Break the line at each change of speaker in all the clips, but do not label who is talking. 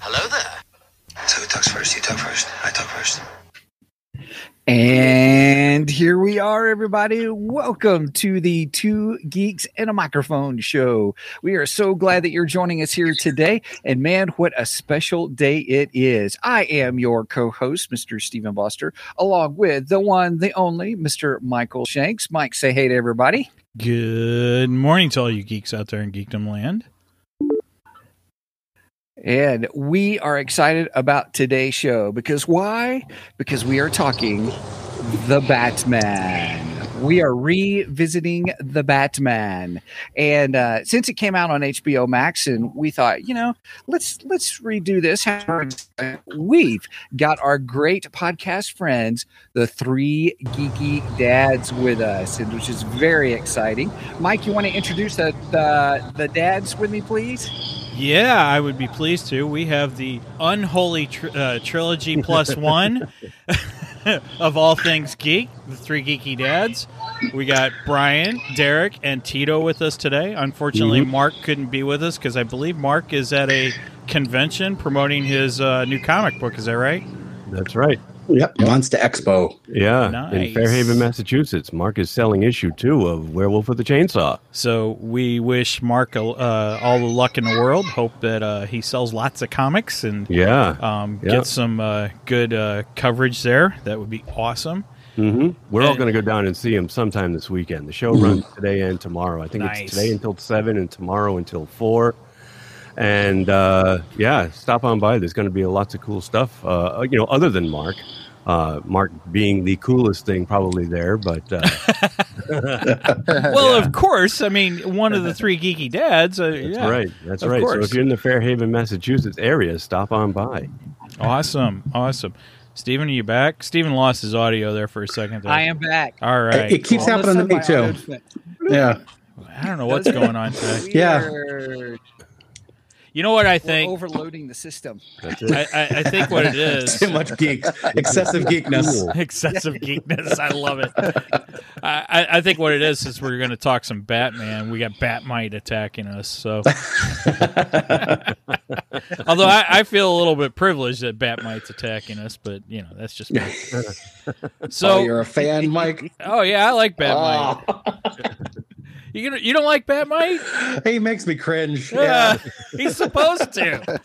Hello there. So who talks first? You talk first. I talk first.
And here we are, everybody. Welcome to the Two Geeks and a Microphone show. We are so glad that you're joining us here today. And man, what a special day it is. I am your co host, Mr. Stephen Foster, along with the one, the only, Mr. Michael Shanks. Mike, say hey to everybody.
Good morning to all you geeks out there in geekdom land.
And we are excited about today's show because why? Because we are talking The Batman. We are revisiting The Batman. And uh, since it came out on HBO Max and we thought, you know, let's let's redo this. We've got our great podcast friends, the three geeky dads with us, and which is very exciting. Mike, you want to introduce the the, the dads with me, please?
Yeah, I would be pleased to. We have the unholy tr- uh, trilogy plus one of all things geek, the three geeky dads. We got Brian, Derek, and Tito with us today. Unfortunately, Mark couldn't be with us because I believe Mark is at a convention promoting his uh, new comic book. Is that right?
That's right.
Yep, Monster Expo.
Yeah,
Nice.
in Fairhaven, Massachusetts, Mark is selling issue two of Werewolf with a Chainsaw.
So we wish Mark uh, all the luck in the world. Hope that uh, he sells lots of comics and
Yeah,
um,
Yeah.
get some uh, good uh, coverage there. That would be awesome.
hmm we're all
Mm-hmm. and- Mm-hmm.
going to go down and see him sometime this weekend. The show runs today and tomorrow. I think
Nice.
it's today until seven and tomorrow until four. And uh, yeah, stop on by. There's going to be lots of cool stuff. Uh, you know, other than Mark, uh, Mark being the coolest thing probably there, but uh,
Well, of course. I mean, one of the three geeky dads. Uh,
that's
yeah.
right. That's
Of
right. So
course.
if you're in the Fairhaven, Massachusetts area, stop on by.
Awesome. Awesome. Steven, are you back? Steven lost his audio there for a second. There.
I am back.
All right.
It keeps
All of a
happening to me
sudden, my
too.
audio flipped.
Yeah.
I don't know what's going on today.
Yeah.
We're-
You know what I
We're
think?
overloading the system.
That's
I,
it.
I, I think what it is
Too much geek, excessive geekness.
Cool.
excessive geekness. I love it. I, I- I think what it is is we're going to talk some Batman. We got Batmite attacking us. So, although I, I feel a little bit privileged that Batmite's attacking us, but you know that's just me.
So
So,
Oh, you're Ah. a fan, Mike.
oh, yeah, I like Batmite. You gonna, you don't like Batmite?
Oh, he makes me cringe.
Yeah,
Yeah.
he's supposed to.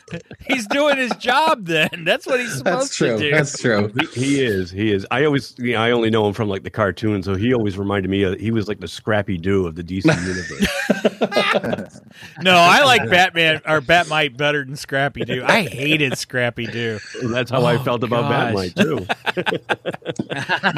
He's doing his job. Then that's what he's supposed
That's
to do.
true. That's true.
He, he is. He is. I always. You know, I only know him from like the cartoon, so he always reminded me. Of, he was like the Scrappy Doo of the DC universe.
No, I like Batman or Batmite better than Scrappy Doo. I hated Scrappy Doo.
And that's how I
Oh,
felt about
gosh.
Batmite too.
No,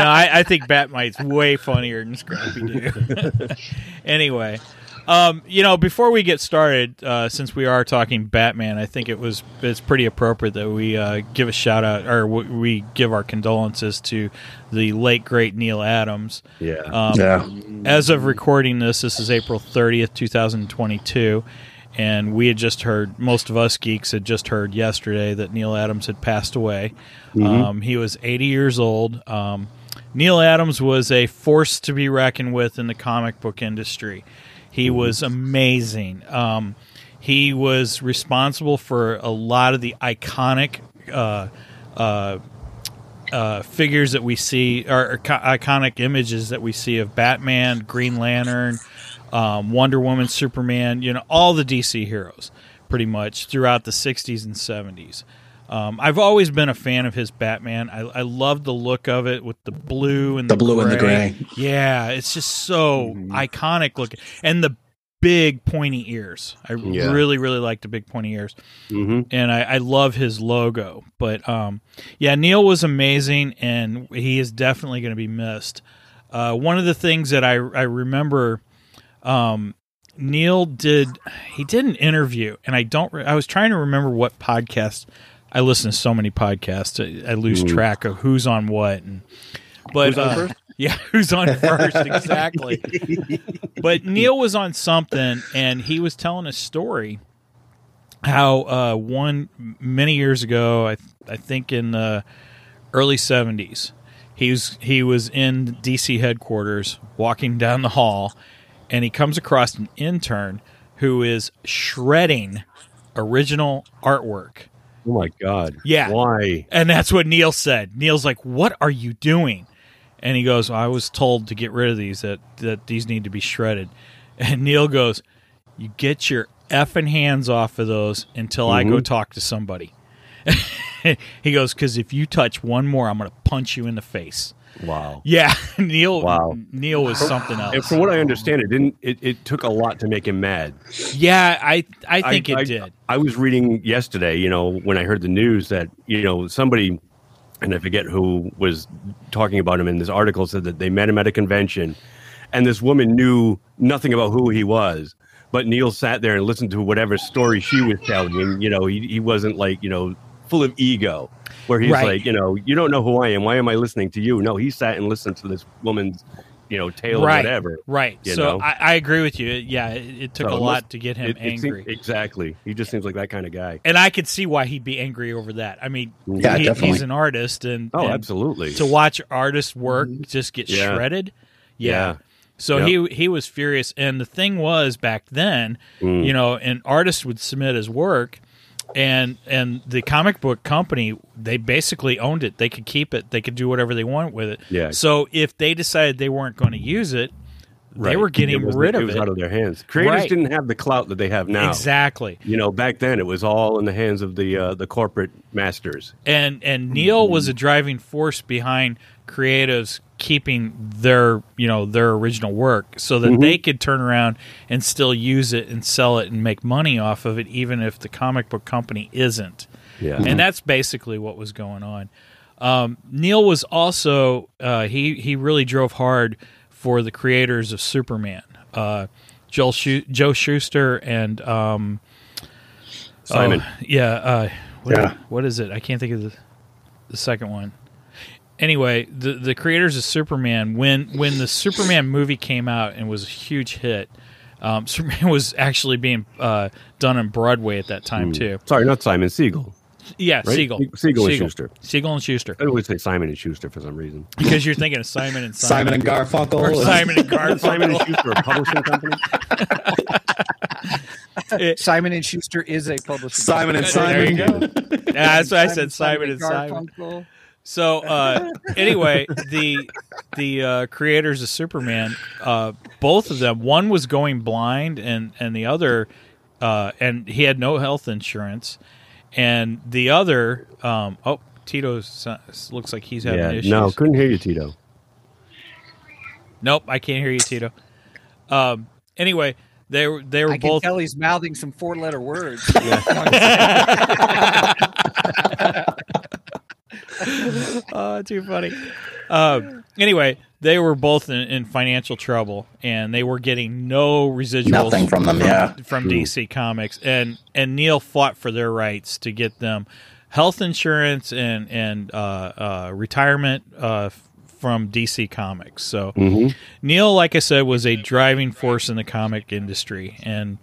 I, I think Batmite's way funnier than Scrappy Doo. anyway, um, you know, before we get started, uh, since we are talking Batman, I think it was it's pretty appropriate that we uh, give a shout out or w- we give our condolences to the late great Neil Adams.
Yeah.
Um,
Yeah.
As of recording this, this is April 30th, 2022. And we had just heard, most of us geeks had just heard yesterday that Neil Adams had passed away. Um, he was 80 years old. Um, Neil Adams was a force to be reckoned with in the comic book industry. He was amazing. Um, he was responsible for a lot of the iconic uh, uh, uh, figures that we see, or, or co- iconic images that we see of Batman, Green Lantern, um, Wonder Woman, Superman, you know, all the DC heroes pretty much throughout the 60s and 70s. Um, I've always been a fan of his Batman. I, I love the look of it with the blue and the,
The blue and the gray.
Yeah, it's just so iconic looking. And the big pointy ears. I
Yeah.
really, really like the big pointy ears
hmm
and I, I love his logo. But um, yeah, Neil was amazing, and he is definitely going to be missed. Uh, one of the things that I I remember, um, Neil did he did an interview, and I don't re- I was trying to remember what podcast I listen to so many podcasts, I, I lose track of who's on what. And but
Mm-hmm. Who's on
uh,
first?
yeah, who's on first exactly? but Neil was on something, and he was telling a story how uh, one many years ago, I I think in the early seventies, he was he was in DC headquarters, walking down the hall, and he comes across an intern who is shredding original artwork.
Oh my god.
Yeah.
Why?
And that's what Neil said. Neil's like, "What are you doing?" And he goes, "I was told to get rid of these. That that these need to be shredded." And Neil goes, "You get your effing hands off of those until I
Mm-hmm.
go talk to somebody." he goes, "Because if you touch one more, I'm going to punch you in the face."
Wow.
Yeah, Neil.
Wow.
Neil was something
And
else.
from what I understand, it didn't. It, it took a lot to make him mad.
Yeah, I I think it did.
I was reading yesterday, you know, when I heard the news that, you know, somebody, and I forget who was talking about him in this article, said that they met him at a convention and this woman knew nothing about who he was. But Neil sat there and listened to whatever story she was telling. And, you know, he, he wasn't like, you know, full of ego, where he's
Right.
like, you know, you don't know who I am. Why am I listening to you? No, he sat and listened to this woman's, you know, tale
right,
or whatever.
right.
you
So
know?
I, I agree with you. Yeah, it, it took
So
a
it
lot
must-
to get him
It- it seems-
angry.
exactly. He just seems like that kind of guy.
and I could see why he'd be angry over that. I mean,
Yeah,
he-
definitely.
he's an artist, and
Oh,
and
absolutely.
To watch artists work just get
Yeah.
shredded, yeah.
Yeah.
So he he was furious, and the thing was back then,
Mm.
you know, an artist would submit his work, and and the comic book company they basically owned it. They could keep it. They could do whatever they want with it.
Yeah.
So if they decided they weren't going to use it, they were getting
was-
rid
it
of
was
it.
out of their hands. Creators
Right.
didn't have the clout that they have now.
Exactly.
You know, back then it was all in the hands of the uh, the corporate masters.
and and Neil was a driving force behind creatives keeping their you know their original work so that they could turn around and still use it and sell it and make money off of it even if the comic book company isn't
Yeah.
and that's basically what was going on um, Neil was also uh, he he really drove hard for the creators of Superman uh, Joel Schu- Joe Schuster and um,
Simon.
Oh, yeah. Uh, what,
Yeah.
what is it? I can't think of the, the second one. Anyway, the the creators of Superman when when the Superman movie came out and was a huge hit, um, Superman was actually being uh, done on Broadway at that
Hmm.
time too.
Mm-hmm. Sorry, not Simon Siegel.
Yeah,
Right?
Siegel,
Siegel and Schuster.
Siegel and Schuster,
I always say Simon and Schuster for some reason.
because you're thinking of Simon and Simon,
Simon and Garfunkel.
or Simon and Garfunkel.
Simon and Schuster, a publishing company.
Simon and Schuster is a publisher.
Simon and
There
Simon.
you Yeah, that's what I said. Simon and Simon.
Garfunkel.
So uh, anyway, the the uh, creators of Superman, uh, both of them, one was going blind, and and the other, uh, and he had no health insurance, and the other, um, oh, Tito s- looks like he's having
Yeah,
issues.
no, couldn't hear you, Tito.
nope, I can't hear you, Tito. Um, anyway, they were they were
I can
both
tell he's mouthing some four-letter words.
oh, too funny. Um, anyway, they were both in, in financial trouble, and they were getting no residuals
Nothing from them,
From,
yeah.
from DC Comics, and and Neil fought for their rights to get them health insurance and and uh, uh, retirement uh, f- from DC Comics. So
Mm-hmm.
Neil, like I said, was a driving force in the comic industry, and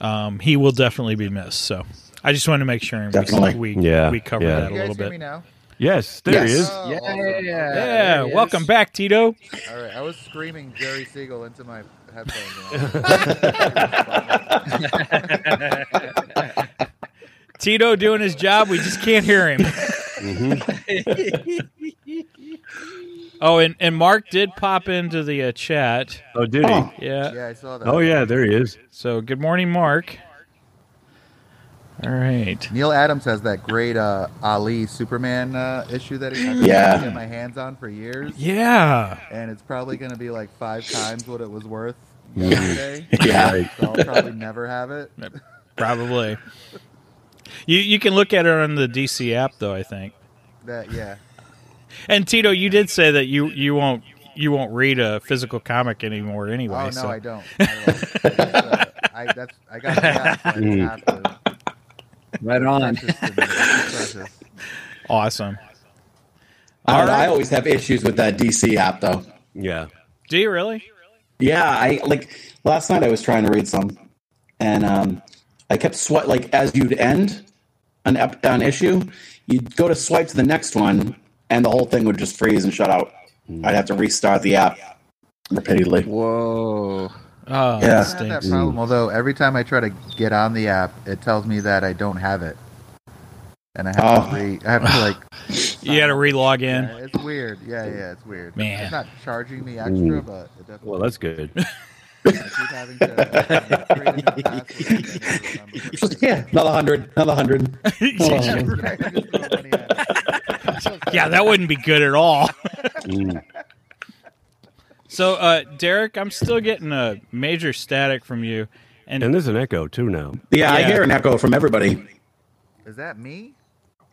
um, he will definitely be missed. So. I just wanted to make sure
Definitely.
we we,
Yeah,
we covered
yeah.
that a
you
little
guys hear
bit.
me now?
Yes, there he
Yes.
is.
Oh,
Yeah,
awesome.
Yeah,
there he is.
welcome back, Tito.
All right, I was screaming Jerry Siegel into my headphones.
Tito doing his job. We just can't hear him.
Mm-hmm.
oh, and, and Mark did pop into the uh, chat.
Oh, did he?
and all.
Yeah.
yeah, I saw that.
Oh, yeah, there he is.
So good morning, Mark. All right.
Neil Adams has that great uh, Ali Superman uh, issue that he I've been
Yeah.
trying to get my hands on for years,
Yeah.
and it's probably going to be like five times what it was worth. yesterday.
Yeah.
so I'll probably never have it.
Probably. You you can look at it on the DC app though, I think.
That yeah,
And Tito, you did say that you you won't you won't read a physical comic anymore anyway.
Oh no,
so.
I don't. I, don't. That's, uh, I, that's, I got the app, so I have to.
Right on.
Precious to me. Precious.
Awesome.
I,
All right.
I always have issues with that DC app though.
Yeah.
Do you really?
Yeah, I like last night I was trying to read some, and um, I kept swipe like as you'd end an ep- an issue, you'd go to swipe to the next one, and the whole thing would just freeze and shut out.
Hmm.
I'd have to restart the app repeatedly.
Whoa.
Oh,
Yeah.
that
I had that
stinks.
problem. Although every time I try to get on the app, it tells me that I don't have it, and I have
Oh.
to re- I have to like.
You got to relog in.
Yeah, it's weird. Yeah, yeah, it's weird.
Man.
it's not charging me extra,
Ooh.
but it definitely.
Well, that's good.
I keep having to create a new password. and I don't remember what it is.
yeah, another hundred, another hundred.
yeah,
I just throw money at it.
that wouldn't be good at all.
Mm.
So, uh, Derek, I'm still getting a major static from you, and,
And there's an echo too now.
Yeah, I
Yeah.
hear an echo from everybody.
Is that me?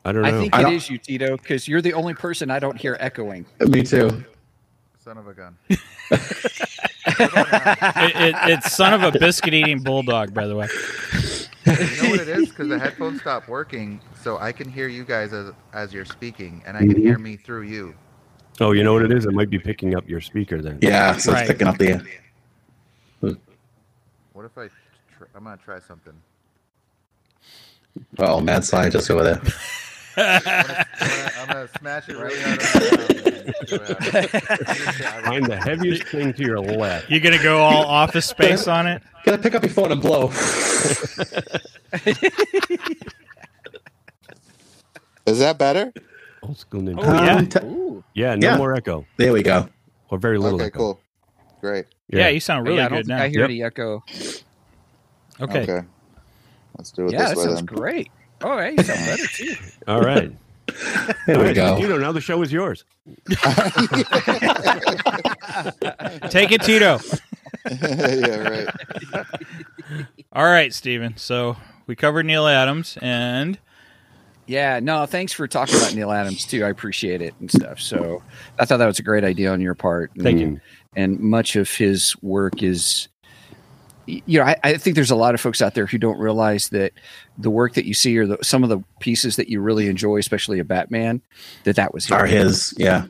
I don't
I
know.
think
I
it
don't-
is you, Tito, because you're the only person I don't hear echoing.
Me too.
Son of a gun.
it, it, it's son of a biscuit eating bulldog, by the way.
You know what it is? Because the headphones stopped working, so I can hear you guys as as you're speaking, and I
Mm-hmm.
can hear me through you.
oh, you know what it is? It might be picking up your speaker then.
Yeah, so
Right.
it's picking up the.
What if I? Tr- I'm gonna try something.
Oh, mad scientist over there.
I'm gonna, I'm gonna smash it really hard. on the
Find the heaviest thing to your left.
You're gonna go all office space on it.
Gotta pick up your phone and blow.
Is that better?
Old school ninja.
Oh, yeah.
Um, te-
Ooh.
yeah, no
Yeah.
more echo
there we go.
or very little
okay,
echo.
cool. Great.
Yeah, you sound really
yeah, I don't
good
think
now.
I hear
Yep.
the echo.
Okay.
Okay. Let's do it
Yeah, that
this way
sounds
then.
great. Oh, hey, you sound better too.
All right.
There
All
we
right,
go.
Tito, now the show is yours.
take it, Tito.
yeah, right.
All right, Steven. So we covered Neil Adams, and
Yeah, no, thanks for talking about Neil Adams too. I appreciate it and stuff. So I thought that was a great idea on your part. And,
Thank
you.
And much of his work is, you know, I, I think there's a lot of folks out there who don't realize that the work that you see or the, some of the pieces that you really enjoy, especially a Batman, that that was him.
Are his? Yeah.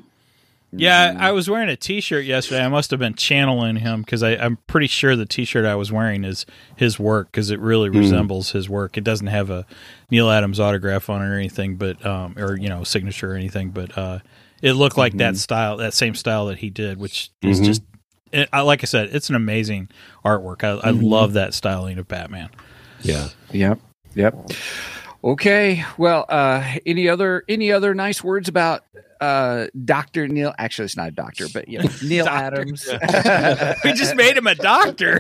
yeah, I was wearing a T-shirt yesterday. I must have been channeling him because I'm pretty sure the T-shirt I was wearing is his work because it really resembles his work. It doesn't have a Neil Adams autograph on it or anything, but um, or you know signature or anything, but uh, it looked like that style, that same style that he did, which is
Mhm.
just. It, I, like I said, it's an amazing artwork. I, I love that styling of Batman.
Yeah.
Yep. Yep. Okay. Well, uh, any other any other nice words about uh, Doctor Neil? Actually, it's not a doctor, but yeah, Neil Adams.
We just made him a doctor.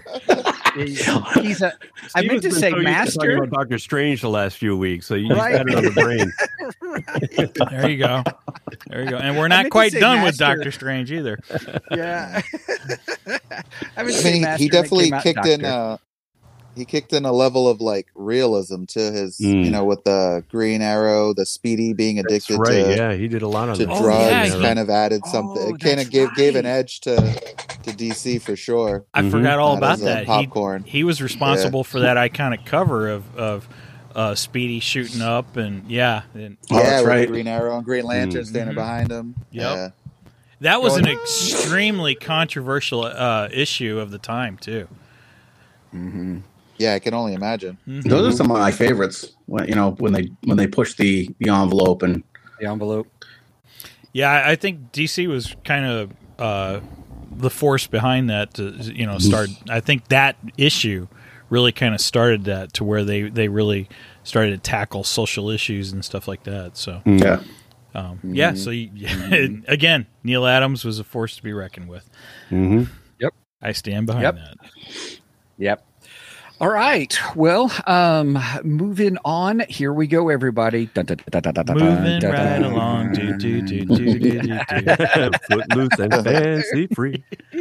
He's a. I meant to
Steven's
say
been so used talking
master.
about Doctor Strange the last few weeks, so you just
Right.
had it on the brain.
There you go. There you go. And we're not
meant to
quite
say
done with
master.
Doctor Strange either.
Yeah. I, meant to
I
say
mean,
master,
he
and it
definitely
came out
kicked in.
doctor.
Uh, he kicked in a level of like realism to his,
Mm.
you know, with the Green Arrow, the Speedy being
That's
addicted
right.
to,
yeah, he did a lot on
to
that.
Oh,
drugs.
yeah, he-
Kind of added something.
Oh,
it kind
that's
of gave gave an
right.
edge to to DC for sure.
I
Mhm.
forgot all
Not
about
as a
Mm-hmm. that.
popcorn.
He, he was responsible for that iconic cover of of uh, Speedy shooting up and yeah, and
Oh,
yeah,
that's
with
right.
Green Arrow and Green Lantern standing
Mhm.
behind him.
Yep.
Yeah.
that was an
Going-
extremely controversial uh, issue of the time too.
Yeah, I can only imagine.
Those are some of my favorites. When you know when they when they push the the envelope and
the envelope.
Yeah, I- I think DC was kind of uh, the force behind that to you know start. I think that issue really kind of started that to where they they really started to tackle social issues and stuff like that. So
yeah.
um, yeah, so you, again, Neil Adams was a force to be reckoned with.
hmm
I stand behind
Yep.
that.
Yep. All right. Well, um, moving on. Here we go, everybody. Dun, dun, dun, dun, dun, dun,
Moving
dun,
right
dun.
along, do do do do do do. do.
Mm-hmm. Footloose and fancy free.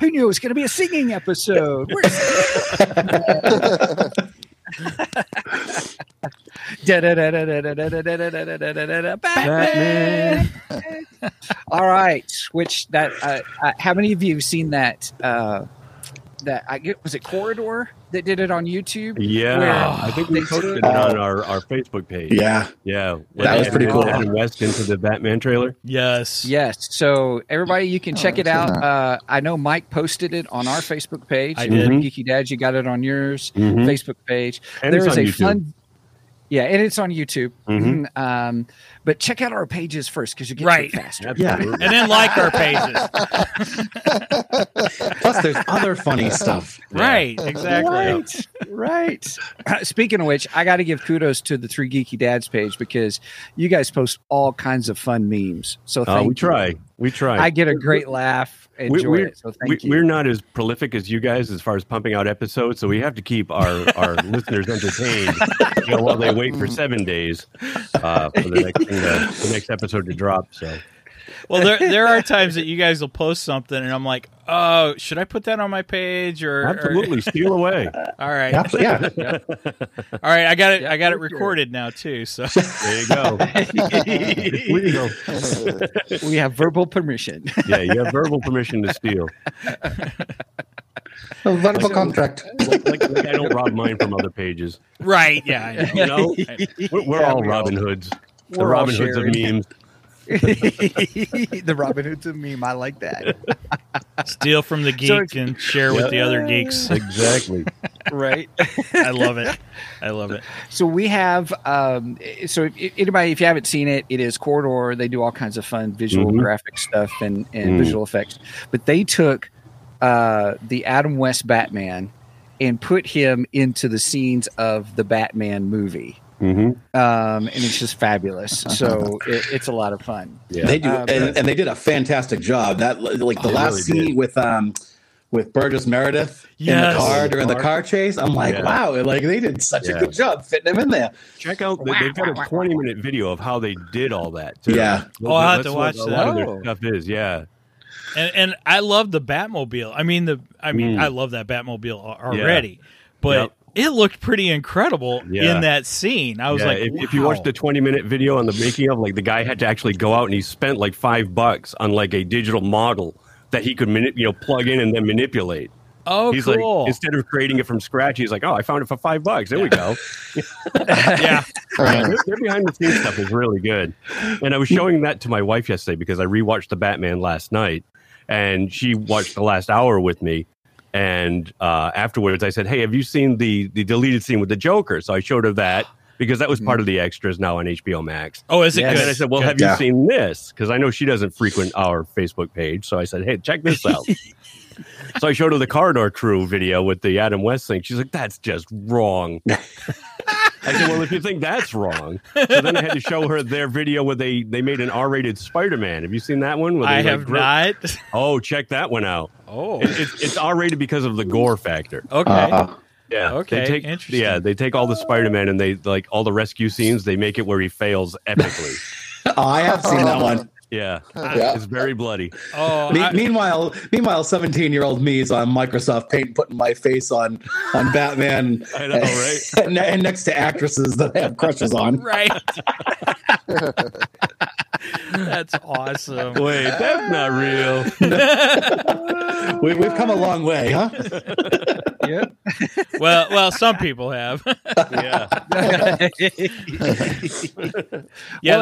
Who knew it was going to be a singing episode? We're- Da-da-da-da-da-da-da-da-da-da-da-da-da-da-da-da. Batman. All right. Which that? Uh, uh, how many of you have seen that? Uh, that I get was it Corridor that did it on YouTube.
Yeah,
Where
I think we
they
posted
took-
it on our, our Facebook page.
Yeah.
yeah, when
That was
they
pretty
had
cool.
Adam West into the Batman trailer.
Yes.
Yes, so everybody, you can
Oh,
check it
I've
out.
seen that.
Uh, I know Mike posted it on our Facebook page.
I did.
Mm-hmm.
Geeky Dad, you got it on yours
Mhm.
Facebook page.
And
there
it's
is
on
a
YouTube.
fun, yeah, and it's on YouTube.
Mhm.
Um, but check out our pages first because you get
Right.
right. faster.
Absolutely.
And then like our pages.
Plus, there's other funny stuff.
Right. Exactly.
right. Speaking of which, I got to give kudos to the Three Geeky Dads page because you guys post all kinds of fun memes. So
Uh,
thank
we
you.
try. We try.
I get a great laugh. Enjoy
we're,
it. So thank
we,
you.
we're not as prolific as you guys as far as pumping out episodes, so we have to keep our, our listeners entertained you know, while they wait for seven days uh, for the next, thing to- the next episode to drop. So
Well, there there are times that you guys will post something, and I'm like, oh, should I put that on my page or? or-
absolutely, steal away.
all right.
Absolutely. Yeah.
All right. I got it.
Yeah,
I got it
for sure.
recorded now too. So
There you go. It's legal.
we have verbal permission.
Yeah, you have verbal permission to steal.
A verbal contract.
Like, like, like I don't rob mine from other pages.
right. Yeah. I know.
You know, we're, we're
Yeah,
all
we all-
Robin Hoods. The
We're all
Robin Hoods of
sharing.
memes.
the Robin Hood's a meme. I like that.
Steal from the
So
geek
it's-
and share with the other geeks.
Exactly.
Right.
I love it. I love it.
So we have. Um, so if, anybody, if you haven't seen it, it is Corridor. They do all kinds of fun visual
Mhm.
graphic stuff and and
Mm.
visual effects. But they took uh, the Adam West Batman and put him into the scenes of the Batman movie.
hmm
Um, and it's just fabulous. So it, it's a lot of fun.
Yeah.
They do,
Um,
and, and they did a fantastic job. That like the
They
last
really
scene
did.
with um with Burgess Meredith in
Yes.
the car during the car chase. I'm like,
Yeah.
wow, like they did such
Yeah.
a good job fitting him in there.
Check out they- they've got a 20 minute video of how they did all that.
Yeah.
Oh, I'll have to
That's
watch
what
that.
A lot of
Oh.
their stuff is yeah.
And and I love the Batmobile. I mean the I mean
Mm.
I love that Batmobile al- already, but.
Yep.
It looked pretty incredible
Yeah.
in that scene. I was
Yeah,
like,
if, if you watch
wow.
the 20 minute video on the making of, like the guy had to actually go out and he spent like five bucks on like a digital model that he could mani- you know plug in and then manipulate.
oh,
he's
cool.
like instead of creating it from scratch, he's like, oh, I found it for five bucks. There we go.
yeah,
Yeah, their, their behind the scenes stuff is really good. And I was showing that to my wife yesterday because I rewatched the Batman last night, and she watched the last hour with me. And uh, afterwards, I said, "Hey, have you seen the the deleted scene with the Joker?" So I showed her that because that was
Mm-hmm.
part of the extras now on HBO Max.
Oh, is it
Yes.
good?
And I said, "Well,
Good.
have you
Yeah.
seen this?" Because I know she doesn't frequent our Facebook page. So I said, "Hey, check this out." so I showed her the Corridor Crew video with the Adam West thing. She's like, "That's just wrong." I said, "Well, if you think that's wrong," so then I had to show her their video where they they made an R-rated Spider-Man. Have you seen that one? Where they,
I
like,
have
grip-
not.
Oh, check that one out.
Oh,
It, it's it's R-rated because of the gore factor.
okay.
Uh,
Yeah.
Oh, Okay,
They take,
interesting.
Yeah, they take all the Spider-Man and they like all the rescue scenes. They make it where he fails epically.
oh, I have seen that one.
Yeah,
Yeah.
it's very bloody.
oh,
Me-
I-
meanwhile, meanwhile, 17 year old me is on Microsoft Paint putting my face on on Batman.
I know, right?
and, and next to actresses that I have crushes on.
right. That's awesome.
Wait, that's not real.
We, we've come a long way, huh?
Well, well, some people have.
Yeah,
Yeah,
well,
the-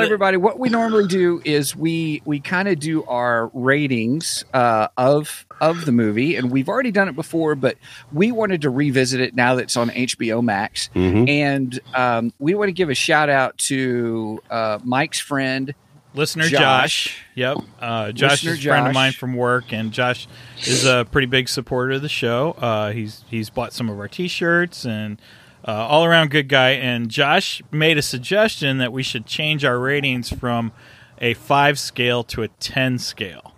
everybody, what we normally do is we we kind of do our ratings uh, of of the movie, and we've already done it before, but we wanted to revisit it now that it's on HBO Max,
Mm-hmm.
Mm-hmm.
and um, we want to give a shout out to uh, Mike's friend.
Listener Josh.
Josh.
Yep. Uh, Josh
Listener
is a friend of
Josh.
mine from work, and Josh is a pretty big supporter of the show. Uh, he's he's bought some of our T-shirts and uh, all around good guy. And Josh made a suggestion that we should change our ratings from a five scale to a ten scale.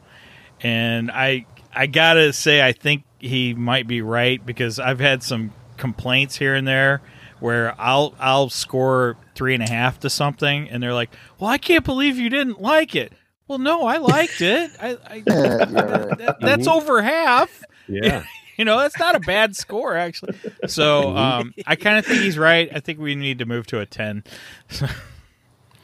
And I I gotta say I think he might be right because I've had some complaints here and there where I'll I'll score three and a half to something, and they're like, "Well, I can't believe you didn't like it." Well, no, I liked it. I, I that, that's
Mhm.
over half.
yeah.
You know, that's not a bad score actually.
Mhm.
So um, I kind of think he's right. I think we need to move to a ten.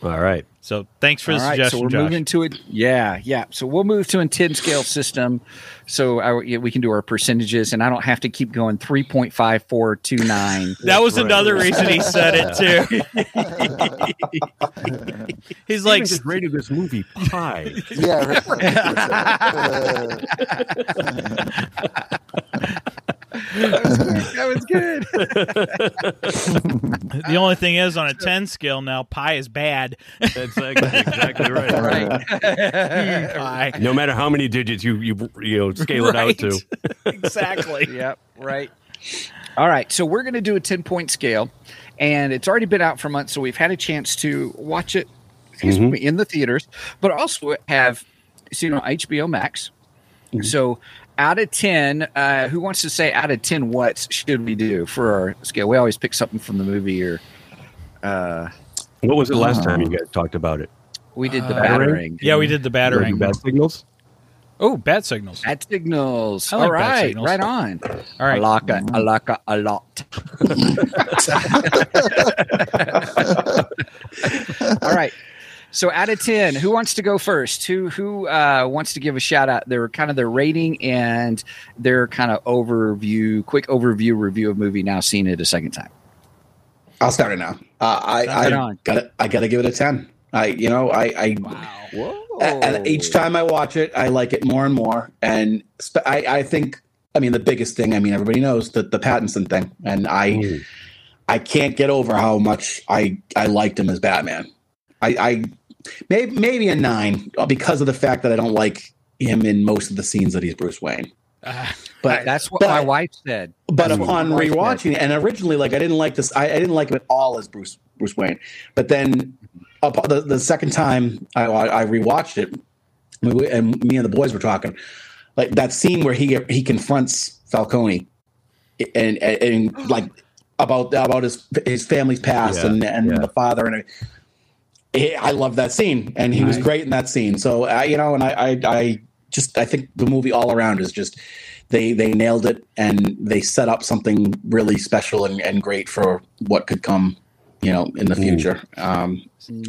All right.
So thanks for the
All right,
suggestion,
so we're
Josh.
moving to it. Yeah, yeah. So we'll move to a ten scale system, so I, yeah, we can do our percentages, and I don't have to keep going three point five four two nine.
that was
Right.
another reason he said it too. He's like,
Steven just rated this movie Pie.
Yeah. right.
that was good.
the only thing is on a ten scale now, pie is bad.
That's exactly right.
right.
Hmm, Pie.
No matter how many digits you you you know scale
Right.
it out to.
exactly.
Yep. Right. All right. So we're going to do a ten point scale, and it's already been out for months, so we've had a chance to watch it. Excuse me, in the theaters, but also have seen on HBO Max. So out of 10 uh, who wants to say out of 10 what should we do for our scale we always pick something from the movie or
What was it last time you guys talked about it?
we did the
Uh,
battering
Yeah, we did the battering.
Bad signals.
Oh, bad signals.
bat signals
I like
all
bat
right
signals.
right on
All right.
a lot a lot a lot all right so out of 10 who wants to go first who who uh, wants to give a shout out their kind of their rating and their kind of overview quick overview review of movie now seen it a second time
I'll start it now. Uh, I
Sounds good
I
on.
got I got to give it a ten. I you know I I
Whoa.
and each time I watch it, I like it more and more. And sp- I I think I mean the biggest thing. I mean everybody knows the the Pattinson thing, and I I can't get over how much I I liked him as Batman. I I maybe maybe a nine uh, because of the fact that I don't like him in most of the scenes that he's Bruce Wayne. But
that's what
but-
my wife said.
but
That's what
upon
my wife said.
rewatching it, and originally, like I didn't like this, I, I didn't like him at all as Bruce Bruce Wayne. But then, up, the, the second time I, I I rewatched it, we, were- and me and the boys were talking, like that scene where he he confronts Falcone, and and, and, like about about his his family's past
Yeah,
and and
yeah.
the father and. everything. Eh, I love that scene, and he was great in that scene. So I, you know, and I, I, I just, I think the movie all around is just they they nailed it and they set up something really special and, and great for what could come you know in the future um,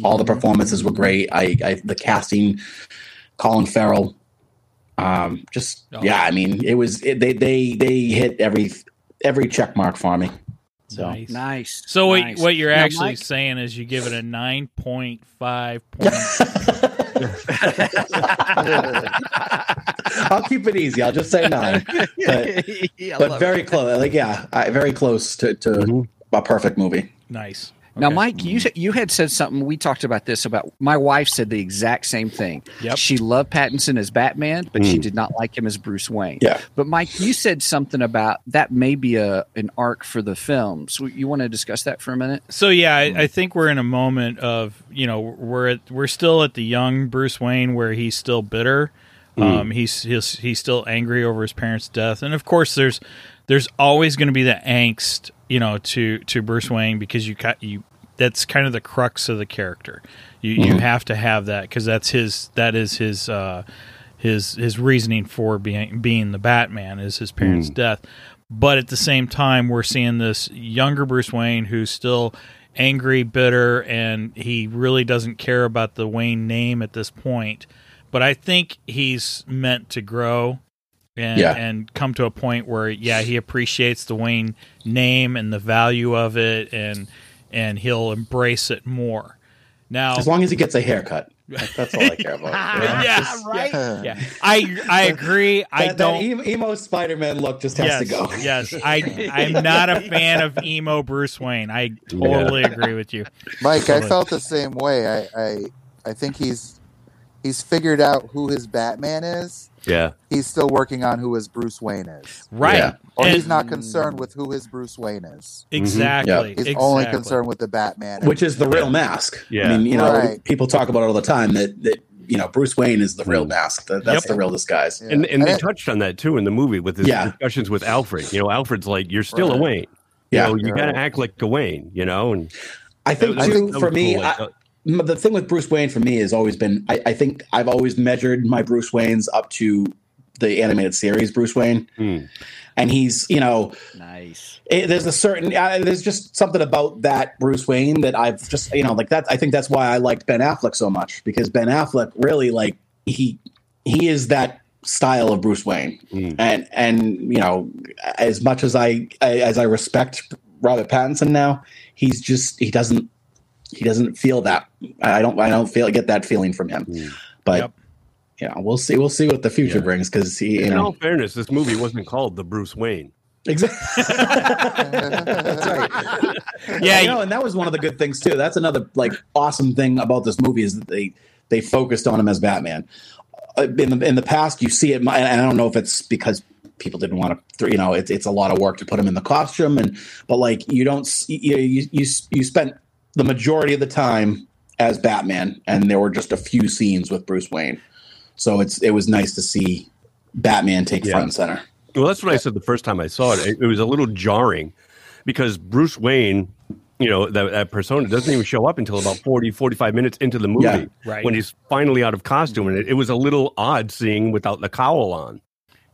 all the performances were great I, I the casting colin farrell um, just
Oh.
yeah i mean it was it, they they they hit every every check mark for me so
Nice.
Nice.
So what,
nice.
what you're
Now,
actually
Mike-
saying is you give it a 9.5 points.
i'll keep it easy i'll just say nine but,
Yeah, I
but
love
very close like yeah I, very close to, to
Mhm.
a perfect movie
nice.
Now,
Okay. Mm-hmm.
Mike, you you had said something. We talked about this about my wife said the exact same thing.
Yep. Mm.
She loved Pattinson as Batman, but she did not like him as Bruce Wayne.
Yeah.
But Mike, you said something about that may be a an arc for the film. So you want to discuss that for a minute?
So yeah, I, I think we're in a moment of you know we're at, we're still at the young Bruce Wayne where he's still bitter, um, he's, he's he's still angry over his parents' death, and of course there's there's always going to be the angst you know to to Bruce Wayne because you ca- you that's kind of the crux of the character. You you have to have that because that's his that is his. Uh, his his reasoning for being being the Batman is his parents' death. But at the same time, we're seeing this younger Bruce Wayne who's still angry, bitter, and he really doesn't care about the Wayne name at this point. But I think he's meant to grow and
Yeah.
and come to a point where yeah, he appreciates the Wayne name and the value of it and and he'll embrace it more.
Oh.
Now
as long as he gets a haircut that's all i care about
yeah, right. Yeah. I I agree. I
that,
don't
That emo Spider Man look just has
yes,
to go.
yes. I I'm not a fan of emo Bruce Wayne. I totally agree with you.
Mike, I
Totally.
felt the same way. I, I I think he's he's figured out who his Batman is.
Yeah.
He's still working on who his Bruce Wayne is.
Right.
Yeah.
Or
And-
he's not concerned with who his Bruce Wayne is.
exactly.
He's
exactly.
only concerned with the Batman.
Which is the real mask.
Yeah.
I mean, you know,
Right.
people talk about it all the time that, that you know, Bruce Wayne is the real mask. That, that's
Yep.
the real disguise.
Yeah.
And and they
it-
touched on that too in the movie with his
Yeah.
discussions with Alfred. You know, Alfred's like, "You're still a
Right.
Wayne.
Yeah.
You, know, you got to act like a Wayne." You know, and
I think,
that was-
too,
that was
for me,
cool. uh,
I, m- the thing with Bruce Wayne for me has always been I, I think I've always measured my Bruce Waynes up to the animated series Bruce Wayne,
Hmm.
and he's you know
Nice.
it, there's a certain uh, there's just something about that Bruce Wayne that I've just you know like that I think that's why I liked Ben Affleck so much because Ben Affleck really like he he is that style of Bruce Wayne
Mm.
and and you know as much as I, I as I respect Robert Pattinson now he's just he doesn't he doesn't feel that I don't I don't feel get that feeling from him
Mm.
but
Yep.
yeah we'll see we'll see what the future
Yeah.
brings because he you
In all
know
fairness, this movie wasn't called The Bruce Wayne.
exactly that's right
Yeah,
yeah, you know, and that was one of the good things too. That's another like awesome thing about this movie is that they they focused on him as Batman. Uh, In the in the past, you see it, and I don't know if it's because people didn't want to, you know, it's it's a lot of work to put him in the costume, and but like you don't see, you you you, you spent the majority of the time as Batman, and there were just a few scenes with Bruce Wayne, so it's it was nice to see Batman take
Yeah.
front and center.
Well, that's what I said the first time I saw it. It, it was a little jarring because Bruce Wayne, you know, that, that persona doesn't even show up until about 40, 45 minutes into the movie
Yeah,
right.
when he's finally out of costume. And it, it was a little odd seeing without the cowl on.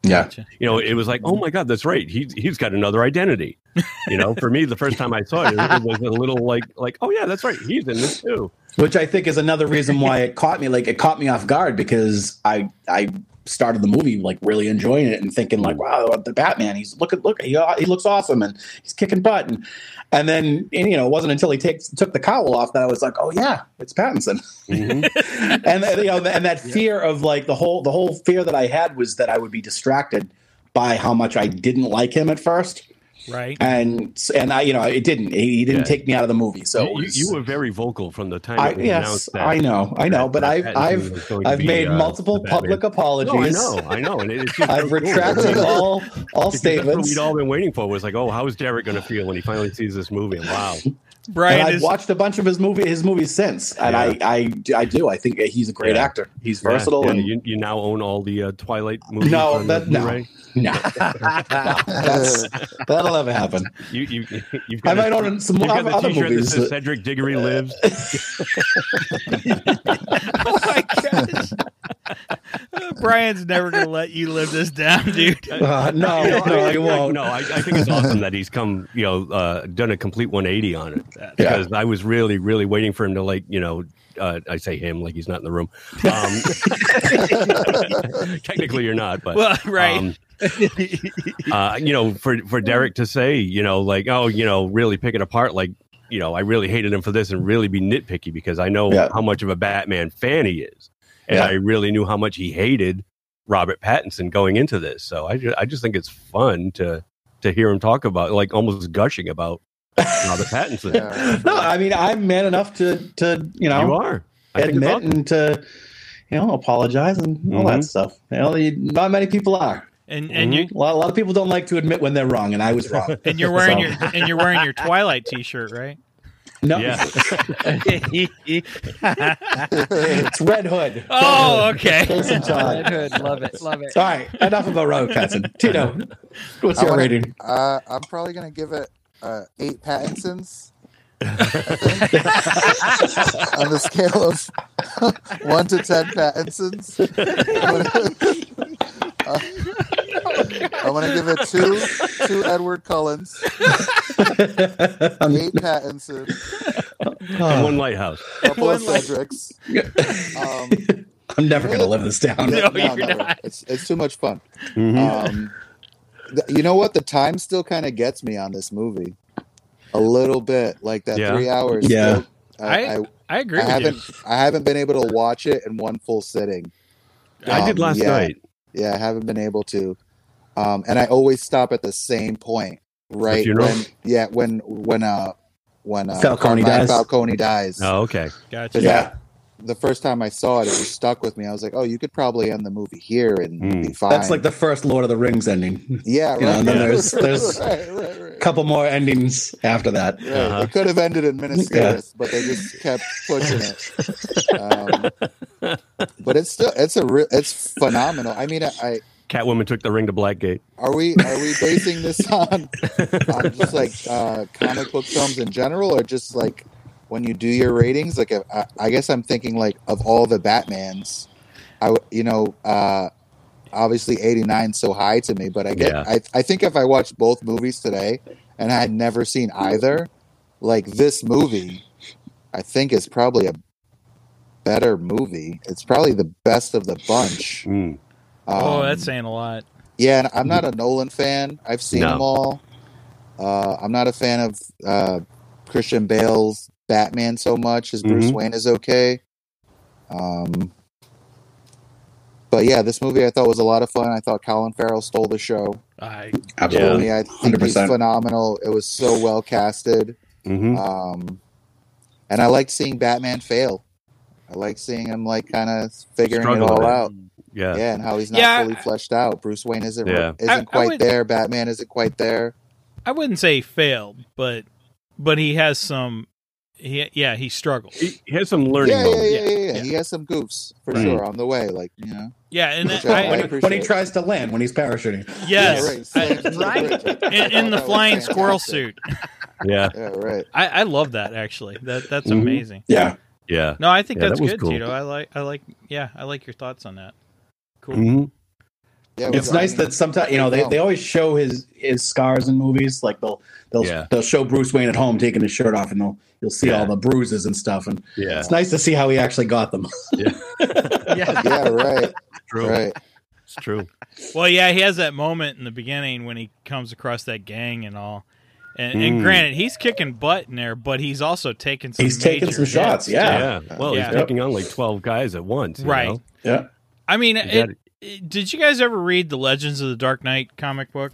Yeah,
You know, it was like, oh my God, that's right. He, he's got another identity. You know, for me, the first time I saw it, it was a little like, like, oh yeah, that's right. He's in this too.
which I think is another reason why it caught me. Like it caught me off guard because I I started the movie like really enjoying it and thinking like, wow, the Batman. He's look at look he, uh, he looks awesome and he's kicking butt and and then and, you know it wasn't until he takes took the cowl off that I was like, oh yeah, it's Pattinson.
Mm-hmm.
and then, you know and that fear of like the whole the whole fear that I had was that I would be distracted by how much I didn't like him at first.
right.
And and I you know it didn't he, he didn't
Yeah.
take me out of the movie so it
you,
was-
you were very vocal from the time
I,
it was
yes,
announced that-
I know, I know,
that-
but
that
I've
Pattinson was
I've
going to
I've
be,
made
uh,
multiple
the Batman.
public apologies.
No, I know, I know, and it- it's just so
I've
cool.
retracted all all
Because that's what
statements.
we'd all been waiting for was like, oh, how is Derek going to feel when he finally sees this movie? Wow,
And
Brian
I've
is
watched a bunch of his movie his movies since, and I, I do- I do I think he's a great
Yeah.
actor. He's versatile
Yeah, yeah,
and
you, you now own all the uh, Twilight movies.
No,
on
that-
the
no.
Blu-ray.
no, that's, that'll never happen.
You, you, you've
I
got a-
might own some
you've got
other,
the
other
T-shirt
movies.
that says
that-
Cedric Diggory lives.
oh my gosh. Brian's never gonna let you live this down, dude.
Uh, no,
You know,
no,
I-
he
I-
won't.
No, I, I think it's awesome that he's come, you know, uh, done a complete 180 on it
Yeah.
because I was really, really waiting for him to like, you know, uh, I say him like he's not in the room. Um, technically, you're not, but
Well, right.
um, uh, you know, for for Derek to say, you know, like, oh, you know, really pick it apart, like, you know, I really hated him for this, and really be nitpicky because I know
Yeah.
how much of a Batman fan he is, and
Yeah.
I really knew how much he hated Robert Pattinson going into this. So I just, I just think it's fun to to hear him talk about, like, almost gushing about Robert Pattinson.
no, I mean I'm man enough to to you know
You are. I think it's
admit
awesome. Mm-hmm.
and to you know apologize and all that stuff. You know, you- not many people are.
And and you
A lot, a lot of people don't like to admit when they're wrong, and I was wrong.
and you're wearing
So-
your and you're wearing your Twilight T-shirt, right?
no,
Yeah.
it's Red Hood.
Oh, okay.
Case in
Red
All
Hood. Love it. Love it.
right, enough about Robert Pattinson. Tito, what's
I
your
wanna-
rating?
Uh, I'm probably gonna give it uh, eight Pattinsons. I think. On the scale of one to ten Pattinsons, I want to uh, give it two two Edward Cullens, eight Pattinsons,
And
Oh,
one lighthouse.
couple of
One
Cedrics. Um,
I'm never going to live this down.
No, you're not.
It's it's too much fun.
Oh,
Mhm.
Um, th- you know what? The time still kind of gets me on this movie, a little bit. Like that
Yeah.
three hours.
Yeah.
still- I, I,
I agree
I
with
haven't
you.
I haven't been able to watch it in one full sitting.
I did
Um,
last
yeah.
night.
Yeah, I haven't been able to. Um, and I always stop at the same point, right?
funeral?
When, yeah, when when uh when uh,
Falcone
Carmine
dies.
Falcone dies.
Oh, okay.
Gotcha.
But
Yeah.
The first time I saw it, it just stuck with me. I was like, "Oh, you could probably end the movie here and
Mm.
be fine."
That's like the first Lord of the Rings ending.
yeah, right.
you know, and then there's- there's-
right, right, right.
couple more endings after that.
Right.
Uh-huh.
It could have ended in Minas
Yeah.
Tirith, but they just kept pushing it. Um, but it's still it's a re- it's phenomenal. I mean, I, I
Catwoman took the ring to Blackgate.
are we are we basing this on, on just like uh, comic book films in general, or just like when you do your ratings? Like, I, I guess I'm thinking like of all the Batmans, I w- you know uh, obviously 89 so high to me, but I get
Yeah.
I, I think if I watched both movies today and I had never seen either, like this movie, I think is probably a better movie. It's probably the best of the bunch.
Mm.
oh,
Um,
that's saying a lot.
yeah, and I'm not a Nolan fan. I've seen
No.
them all. Uh, I'm not a fan of uh, Christian Bale's Batman so much as Bruce
Mhm.
Wayne is okay. Um, but yeah, this movie I thought was a lot of fun. I thought Colin Farrell stole the show
I
for
Absolutely.
me. I think he's
100%.
phenomenal. It was so well casted,
hmm
um, and I liked seeing Batman fail. I like seeing him like kind of figuring
Struggle
it all
with it.
out
Yeah.
yeah, and how he's not
Yeah,
fully
I-
fleshed out. Bruce Wayne isn't
Yeah.
isn't
I- I
quite
would-
there. Batman isn't quite there.
I wouldn't say he failed, but but he has some. He, yeah, he struggled.
He he has some learning
Yeah yeah yeah,
moments.
yeah, yeah,
Yeah.
He has some goofs for
Right.
sure on the way. Like you know,
Yeah, and
Which
that,
I
I,
like.
when, he, when he
appreciate it.
tries to land, when he's parachuting.
yes,
yeah, right.
I- in, in the flying squirrel suit.
Yeah.
Yeah, right.
I, I love that actually. That that's
Mhm.
amazing.
Yeah.
Yeah.
No, I think
Yeah,
that's
that was
good,
cool.
Tito. I like I like yeah, I like your thoughts on that. Cool.
hmm
Yeah,
It's nice that sometimes you know they, they always show his his scars in movies. Like they'll they'll
Yeah.
they'll show Bruce Wayne at home taking his shirt off, and they'll you'll see
Yeah.
all the bruises and stuff. And
Yeah.
it's nice to see how he actually got them.
Yeah.
yeah, right,
True.
right.
It's true.
Well, yeah, he has that moment in the beginning when he comes across that gang and all. And, and
Mm.
granted, he's kicking butt in there, but he's also taking some.
He's taking
major
some shots,
hits,
yeah.
Yeah. Well,
Yeah.
he's taking on like twelve guys at once. you
Right.
know?
Yeah,
I mean,
You got
it, it- did you guys ever read the Legends of the Dark Knight comic book?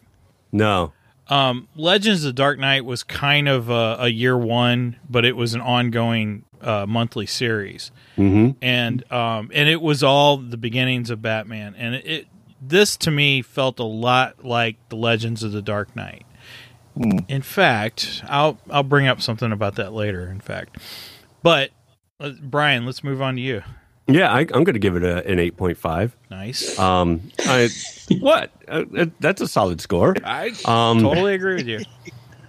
No.
Um, Legends of the Dark Knight was kind of a, a year one, but it was an ongoing uh, monthly series,
hmm
and um, and it was all the beginnings of Batman, and it, it this to me felt a lot like the Legends of the Dark Knight.
Hmm.
In fact, I'll I'll bring up something about that later. In fact, but uh, Brian, let's move on to you.
Yeah. I, I'm going to give it a, an eight point five.
Nice,
Um, I, what? Uh, that- that's a solid score.
I
Um,
totally agree with you.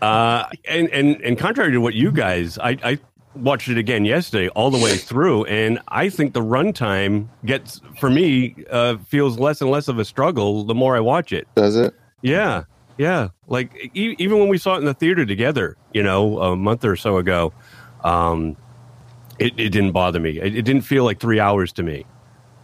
Uh, and, and and contrary to what you guys, I, I watched it again yesterday, all the way through, and I think the runtime gets for me uh, feels less and less of a struggle the more I watch it.
Does it?
Yeah, yeah. Like e- even when we saw it in the theater together, you know, a month or so ago, um, it, it didn't bother me. It, it didn't feel like three hours to me.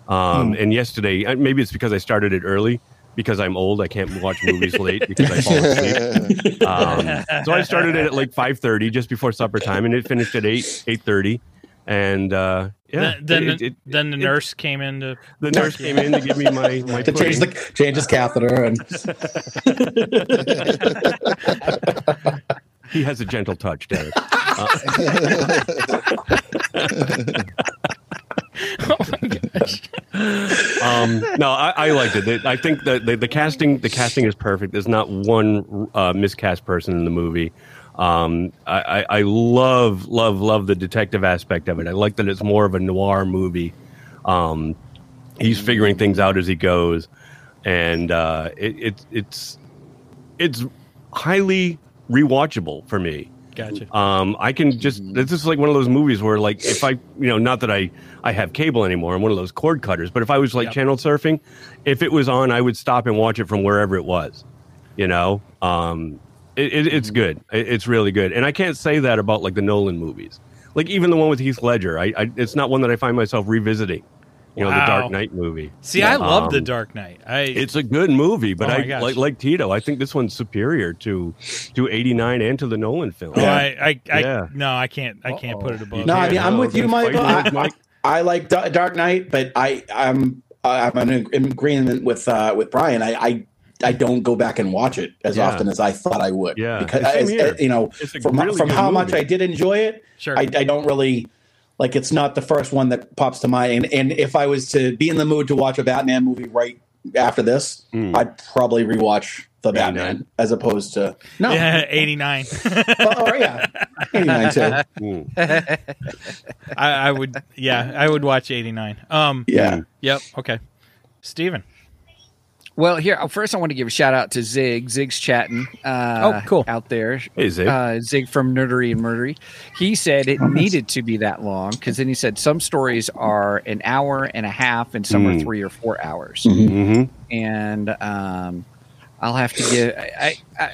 Um,
Hmm.
And yesterday, uh, maybe it's because I started it early. Because I'm old, I can't watch movies late because I fall asleep. Um, so I started it at like five thirty, just before supper time, and it finished at eight eight thirty. And uh, yeah,
then then,
it- it-
then the nurse came in to
the nurse came in to give me my my
to change the
pudding.
change his catheter and
He has a gentle touch, Derek. um, no, I, I liked it. It- I think that the, the casting the casting is perfect. There's not one uh, miscast person in the movie. Um, I, I, I love love love the detective aspect of it. I like that it's more of a noir movie. Um, he's figuring things out as he goes, and uh, it, it it's it's highly rewatchable for me.
gotcha.
Um, I can just this is like one of those movies where like if I you know not that I I have cable anymore I'm one of those cord cutters but if I was like
Yep.
channel surfing if it was on I would stop and watch it from wherever it was you know um it, it, it's good it, it's really good and I can't say that about like the Nolan movies like even the one with Heath Ledger I, I it's not one that I find myself revisiting you know the
Wow.
Dark Knight movie
See, I love the
Um,
Dark Knight. I
it's a good movie, but
Oh my
I
gosh.
like like Tito. I think this one's superior to to '89 and to the Nolan film.
oh, I, I, I
Yeah.
no, I can't, I can't put it above.
No, I mean,
yeah.
I'm with you, Michael.
Fighting
I- I like Da- Dark Knight, but I I'm I'm in in agreement with uh, with Brian. I, I I don't go back and watch it as
Yeah.
often as I thought I would.
Yeah.
because
Same
as-
here.
you know
It's a
from
really
from
good
how much
movie.
I did enjoy it,
sure.
I, I don't really like it's not the first one that pops to mind. And, and if I was to be in the mood to watch a Batman movie right after this,
Mm.
I'd probably rewatch the Batman as opposed to no.
yeah, 89.
Oh, oh, yeah. 89 too.
Mm.
I, I would,
Hmm.
yeah, I would watch 89. Um,
Yeah.
yep, okay, Steven.
Well, here uh, first, I want to give a shout out to Zig. Zig's chatting. Uh,
Oh, cool.
Out there,
Hey, Zig.
uh, Zig from Nerdery and Murdery. He said it needed to be that long because then he said some stories are an hour and a half, and some are
Mm.
three or four hours.
mm-hmm.
And um, I'll have to give. I, I, I,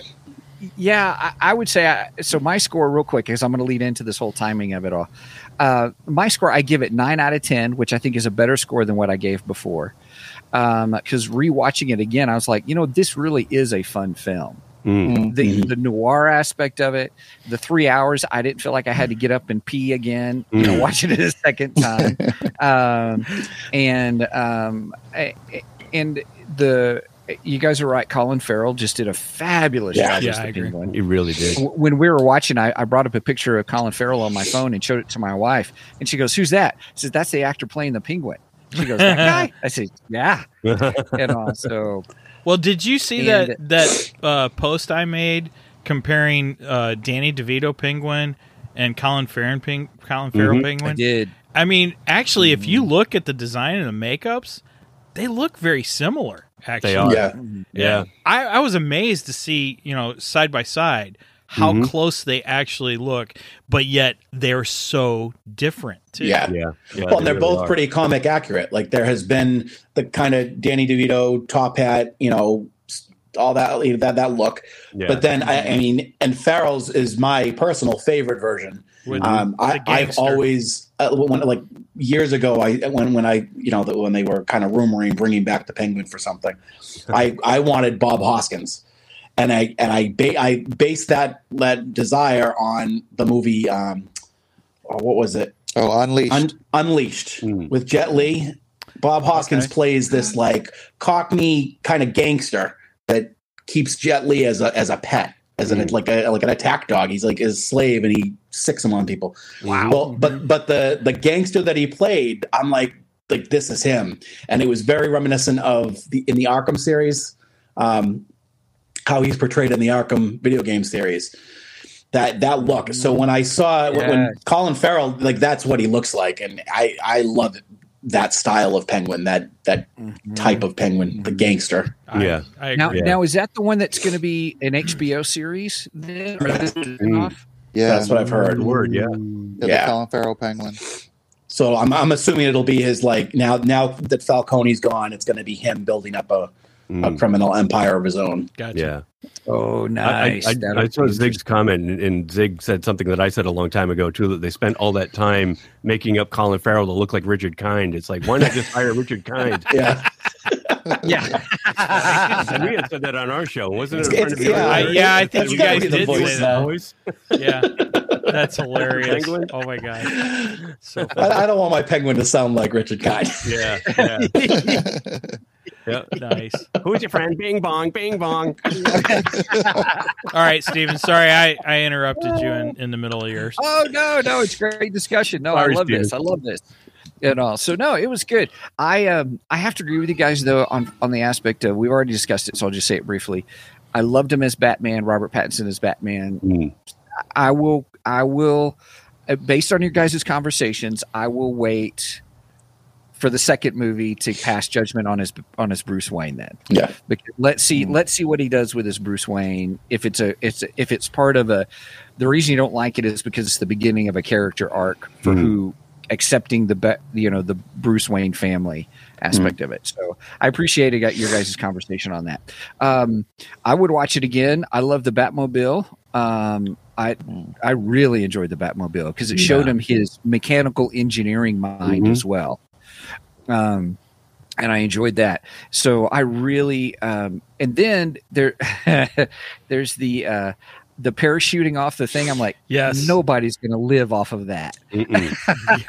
yeah, I, I would say I, so. My score, real quick, because I'm going to lead into this whole timing of it all. Uh, my score, I give it nine out of ten, which I think is a better score than what I gave before. Because rewatching it again, I was like, you know, this really is a fun film
Mm.
the, the noir aspect of it the three hours i didn't feel like i had to get up and pee again you know
Mm.
watching it a second time um, and um, I- and the you guys are right colin farrell just did a fabulous
Yeah.
job
Yeah,
as
I
the
agree.
Mm.
penguin
It really did.
W- when we were watching, I, I brought up a picture of Colin Farrell on my phone and showed it to my wife, and she goes, "Who's that?" I said, "That's the actor playing the penguin." She goes, "That guy?" I said, "Yeah." And uh, also,
Well, did you see
And-
that that uh, post I made comparing uh, Danny DeVito Penguin and Colin Farrell ping, Colin Farrell
Mhm.
Penguin?
I did.
I mean, actually, if you look at the design and the makeups, they look very similar. Actually,
They are.
Yeah.
Mm-hmm.
Yeah.
I, I was amazed to see you know side by side how
Mhm.
close they actually look, but yet they're so different too.
Yeah.
Yeah. yeah
well,
they
and they're
really
both
are.
pretty comic accurate. Like there has been the kind of Danny DeVito top hat, you know, s- all that you know, that that look.
Yeah.
But then I, I mean, and Farrell's is my personal favorite version.
With
Um,
the
I, I've
gangster.
always uh, when like years ago, I when when I you know the, when they were kind of rumoring bringing back the Penguin for something, I I wanted Bob Hoskins, and I and I ba- I based that that desire on the movie. Um, oh, what was it?
Oh, Unleashed.
Un- Unleashed
Mm.
with Jet Li. Bob Hoskins
Hmm. Okay.
plays this like Cockney kind of gangster that keeps Jet Li as a as a pet, as an
Hmm.
Mm.
like a like an attack dog. He's like his slave, and he sicks him on people.
Wow.
Well, but but the the gangster that he played, I'm like like this is him, and it was very reminiscent of the in the Arkham series, um, how he's portrayed in the Arkham video game series. That that look. So when I saw when- when
Yes.
Colin Farrell, like that's what he looks like, and I I love that style of penguin, that that type of penguin, the gangster.
I-
Yeah.
I agree.
Now,
Yeah.
now is that the one that's going to be an HBO series then, or this is
Mm.
off?
yeah,
That's what I've heard.
Good word. Yeah.
yeah,
yeah.
the Colin Farrell penguin.
So I'm I'm assuming it'll be his like now now that Falcone's gone, it's going to be him building up a, a
Mm.
criminal empire of his own.
Gotcha.
Yeah.
Oh,
I-
nice!
I,
That'll
I, I saw
be
Zig's comment, and, and Zig said something that I said a long time ago too. That they spent all that time making up Colin Farrell to look like Richard Kind. It's like why not just hire Richard Kind?
Yeah,
interesting. yeah.
And we had said that on our show, wasn't it?
It's- it's- yeah.
I, yeah, I think
That's
you
gotta
guys
be the
did
voice,
say
though.
that.
Voice?
Yeah, that's hilarious.
Penguin?
Oh my god, so funny.
I, I don't want my penguin to sound like Richard Kind.
Yeah, yeah, yeah.
nice.
Who's your friend? Bing bong, bing bong.
All right, Steven. Sorry, I, I interrupted you in, in the middle of yours.
Oh no, no, it's great discussion. No,
Sorry,
I love
Steven.
this. I love this. And all. So no, it was good. I um I have to agree with you guys though on on the aspect of we've already discussed it, so I'll just say it briefly. I loved him as Batman, Robert Pattinson as Batman.
Mm.
I will I will uh, based on your guys' conversations, I will wait for the second movie to pass judgment on his on his Bruce Wayne then.
Yeah.
Because let's see let's see what he does with his Bruce Wayne. If it's a it's a, if it's part of a the reason you don't like it is because it's the beginning of a character arc for
Mhm.
who accepting the be, you know the Bruce Wayne family aspect of it. So I appreciate it, got your guys' conversation on that. Um, I would watch it again. I love the Batmobile. Um, I I really enjoyed the Batmobile because it showed him his mechanical engineering mind
Mhm.
as well. Um, and I enjoyed that. So I really um, and then there there's the uh, the parachuting off the thing. I'm like,
Yes.
nobody's going to live off of that.
Mm-mm.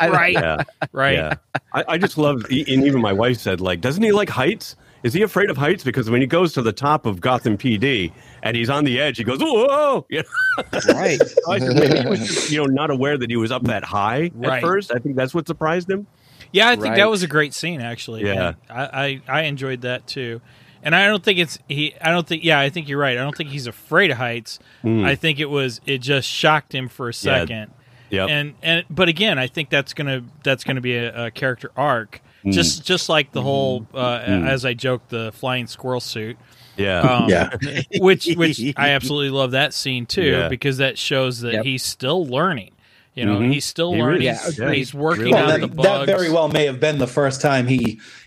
right.
Yeah.
Right.
Yeah. I, I just love, e, and even my wife said, like, doesn't he like heights? Is he afraid of heights? Because when he goes to the top of Gotham PD and he's on the edge, he goes, whoa! You know,
Right.
I said, maybe he was just, you know, not aware that he was up that high
Right.
at first. I think that's what surprised him.
Yeah, I think
Right.
that was a great scene actually.
Yeah.
I, I, I enjoyed that too. And I don't think it's he I don't think yeah, I think you're right. I don't think he's afraid of heights.
Mm.
I think it was it just shocked him for a second.
Yep.
And and but again, I think that's gonna that's gonna be a, a character arc
Hmm. Mm,
Just just like the whole, uh, as I joked, the flying squirrel suit.
Yeah.
Um,
Yeah.
which which I absolutely love that scene too
Yeah.
because that shows that
Yep.
he's still learning. You know,
Mhm.
he's still
He really
learning.
is.
Yeah.
He's working
Really
out
Well,
the
that,
bugs.
that very well may have been the first time he,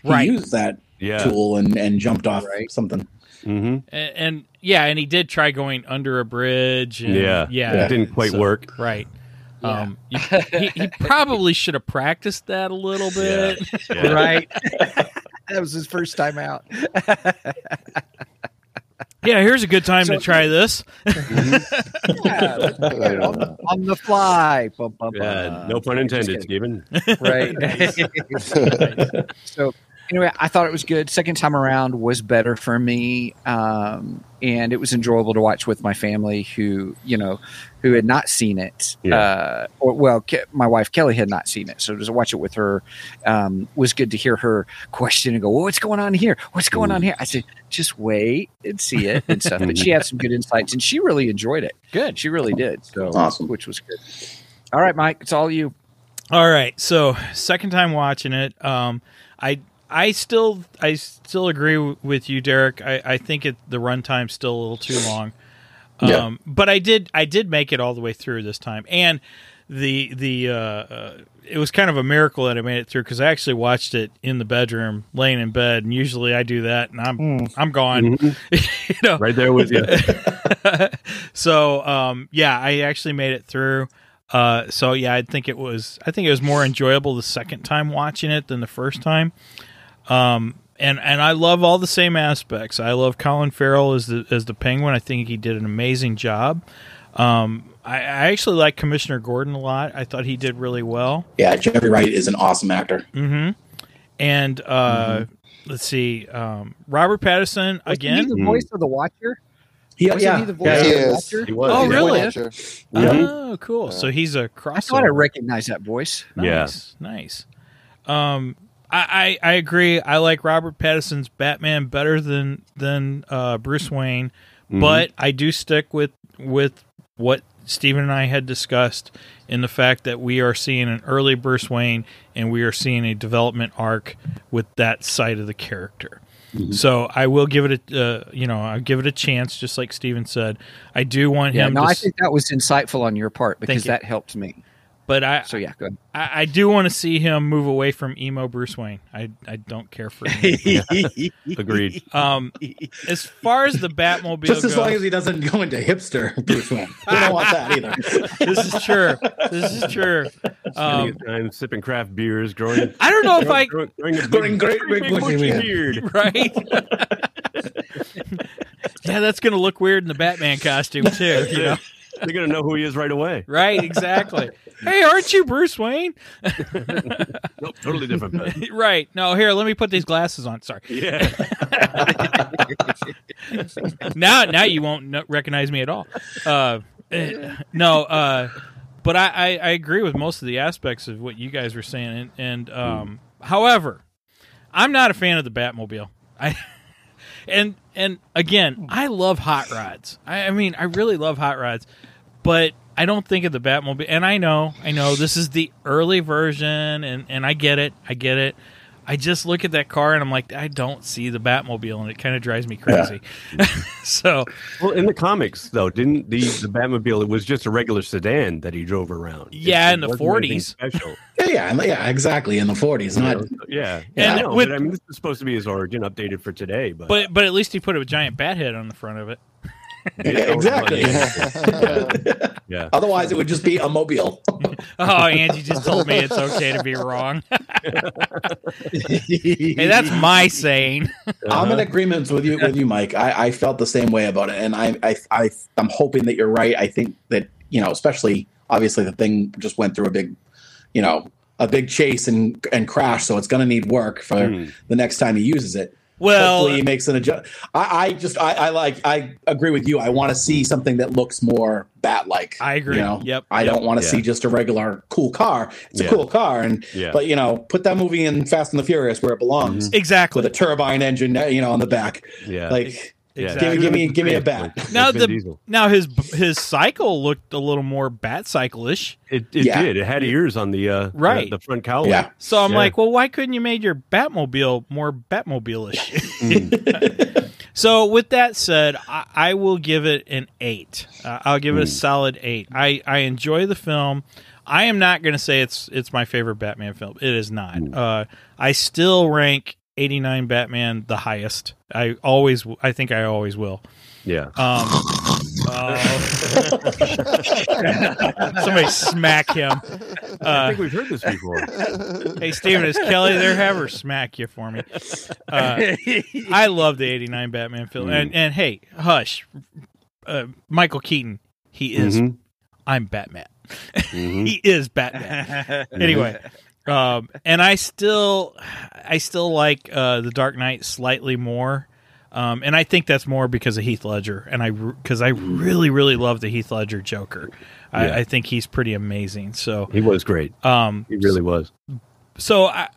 he
Right.
used that
yeah.
tool and, and jumped off
Right.
something.
hmm
and, and yeah, and he did try going under a bridge. And,
Yeah. It didn't quite
So-
work.
Right. Um, you- he, he probably should have practiced that a little
Yeah.
bit.
Yeah.
Right. that was his first time out.
Yeah, here's a good time to try this.
Yeah, let's do it on, the, on the fly. Ba, ba, ba.
Yeah, no pun intended, Stephen.
right. so anyway, I thought it was good. Second time around was better for me, um, and it was enjoyable to watch with my family, who you know, who had not seen it.
Yeah.
Uh, or well, Ke- my wife Kelly had not seen it, so to watch it with her um, was good to hear her question and go, well, "What's going on here? What's going on here?" I said, "Just wait and see it and stuff." But she had some good insights, and she really enjoyed it. Good, she really did. So
Awesome.
which was good. All right, Mike, it's all you.
All right, so second time watching it, um, I I still I still agree w- with you, Derek. I, I think it the runtime's still a little too long. Um,
Yeah.
But I did I did make it all the way through this time, and the the uh, uh, it was kind of a miracle that I made it through because I actually watched it in the bedroom, laying in bed, and usually I do that, and I'm I'm gone, you know.
Right there with you.
so um, yeah, I actually made it through. Uh, so yeah, I think it was I think it was more enjoyable the second time watching it than the first time. Um, and and I love all the same aspects. I love Colin Farrell as the as the Penguin. I think he did an amazing job. Um, I, I actually like Commissioner Gordon a lot. I thought he did really well.
Yeah, Jeffrey Wright is an awesome actor.
hmm And uh,
Mm-hmm.
let's see, um, Robert Pattinson
Wasn't he
again.
Hmm.
the voice of the Watcher.
He,
Wasn't
yeah,
he the voice
yeah,
of
he
the
is.
Watcher?
He was.
Oh,
He was.
really?
Watcher.
Yeah.
Oh, cool. So he's a crossover.
I thought I recognized that voice.
Nice, nice. Um, I, I I agree. I like Robert Pattinson's Batman better than than uh, Bruce Wayne,
Mhm.
but I do stick with with what Stephen and I had discussed in the fact that we are seeing an early Bruce Wayne and we are seeing a development arc with that side of the character. So I will give it a uh, you know I'll give it a chance, just like Steven said. I do want
Yeah,
him.
no,
to,
I
s-
think that was insightful on your part because
you.
that helped me.
but I
So yeah, good.
I, I do want to see him move away from emo Bruce Wayne. I, I don't care for him.
Agreed.
um, as far as the Batmobile
just as
goes,
long as he doesn't go into hipster Bruce Wayne. We don't want that either.
this is true. This is true.
Spending
Um,
his time sipping craft beers, growing.
I don't know if I
growing, growing, a
Growing
big-
great big
big
bushy
bushy
beard.
beard.
right. yeah, that's gonna look weird in the Batman costume too. You know?
They're gonna know who he is right away.
Right? Exactly. Hey, aren't you Bruce Wayne?
Nope, totally different. But
right. No, here. Let me put these glasses on. Sorry.
yeah,
now now you won't kn- recognize me at all. Uh, eh, no, uh, but I, I, I agree with most of the aspects of what you guys were saying. And, and um, however, I'm not a fan of the Batmobile. I and and again, I love hot rods. I, I mean, I really love hot rods, but. I don't think of the Batmobile, and I know, I know this is the early version, and, and I get it, I get it. I just look at that car and I'm like, I don't see the Batmobile, and it kind of drives me crazy. so,
well, in the comics though, didn't the the Batmobile? It was just a regular sedan that he drove around.
Yeah,
It- it
in the
wasn't anything
40s.
Special.
Yeah, yeah, and- yeah, exactly. In the 40s, not
Yeah,
And
yeah. I know,
with-
but, I mean, this is supposed to be his origin, updated for today. But,
but but at least he put a giant bat head on the front of it.
Yeah, exactly.
yeah,
Otherwise, it would just be a mobile.
Oh, Angie just told me it's okay to be wrong. hey, that's my saying.
I'm
Uh-huh.
Uh-huh.
in agreement with you, with you, Mike. I, I felt the same way about it, and I, I, I, I'm hoping that you're right. I think that you know, especially obviously, the thing just went through a big, you know, a big chase and and crash, so it's going to need work for
Mm.
the next time he uses it.
Hmm. Well,
Hopefully, he makes an adjust. I, I just, I, I like, I agree with you. I want to see something that looks more bat-like.
I agree.
You know?
Yep.
I don't want to
Yeah.
see just a regular cool car. It's
Yeah.
a cool car, and
yeah.
but you know, put that movie in Fast and the Furious where it belongs
exactly.
eh, with a turbine engine, you know, on the back.
yeah.
Like
Exactly.
Give me- give me a bat.
Now
Vin
the-
Diesel.
Now his his cycle looked a little more bat cycle-ish.
It, it
Yeah.
did. It had ears on the uh,
Right.
the, the front cowling.
Yeah.
So I'm
Yeah.
like, well, why couldn't you made your Batmobile more
Hmm,
Batmobile-ish? so with that said, I, I will give it an eight. Uh, I'll give it a solid eight. I, I enjoy the film. I am not going to say it's it's my favorite Batman film. It is not. Uh, I still rank 89 Batman the highest. I always w- I think I always will.
Yeah.
Um, oh. somebody smack him.
I
Uh,
think we've heard this before.
hey, Steven, is Kelly there? Have her smack you for me. Uh, I love the 89 Batman film. And, and hey, hush. Uh, Michael Keaton, he is,
Mhm.
I'm Batman.
Mm-hmm.
Mhm.
he is Batman. anyway. Um, and I still, I still like uh, the Dark Knight slightly more, um, and I think that's more because of Heath Ledger, and I because I really, really love the Heath Ledger Joker.
Yeah.
I, I think he's pretty amazing. So,
He was great.
um,
He really was.
so I,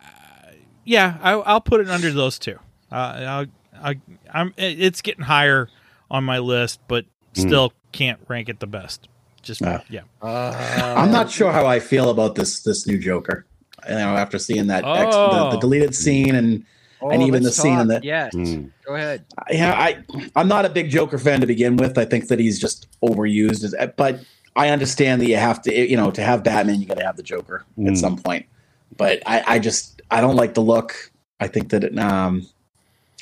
yeah, I, I'll put it under those two. Uh, I'll, I, I'm, it- it's getting higher on my list, but
Hmm.
still can't rank it the best. Just
Ah.
yeah,
I'm not sure how I feel about this this new Joker. You know, after seeing that ex,
Oh.
the, the deleted scene and
Oh,
And even
let's
the scene in
talk.
the-
yes.
Mm.
Go ahead.
yeah, I I'm not a big Joker fan to begin with. I think that he's just overused, as- but I understand that you have to you know to have Batman, you got to have the Joker
Mm.
at some point. But I, I just I don't like the look. I think that it, um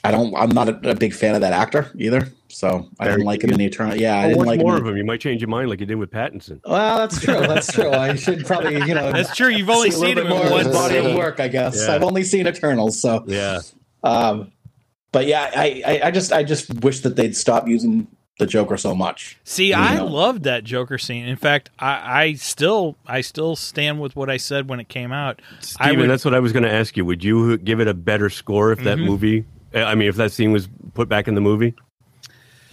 I don't I'm not a, a big fan of that actor either. So I didn't like him in the Eternal. Yeah, I
I
didn't
watch
like
more
him. in-
of him. You might change your mind like you did with Pattinson.
Well, that's true. That's true. I should probably you know
that's true. You've only
see a
seen
little bit
him
more
in
of
one
his body of
scene.
work, I guess.
Yeah.
I've only seen Eternals, so
Yeah.
um, but yeah, I, I, I just I just wish that they'd stop using the Joker so much.
See,
Yeah.
I loved that Joker scene. In fact, I, I still, I still stand with what I said when it came out. I
Steven,
would-
that's what I was going to ask you. Would you give it a better score if that
Mm-hmm.
Mhm.
movie, eh, I mean, if that scene was put back in the movie?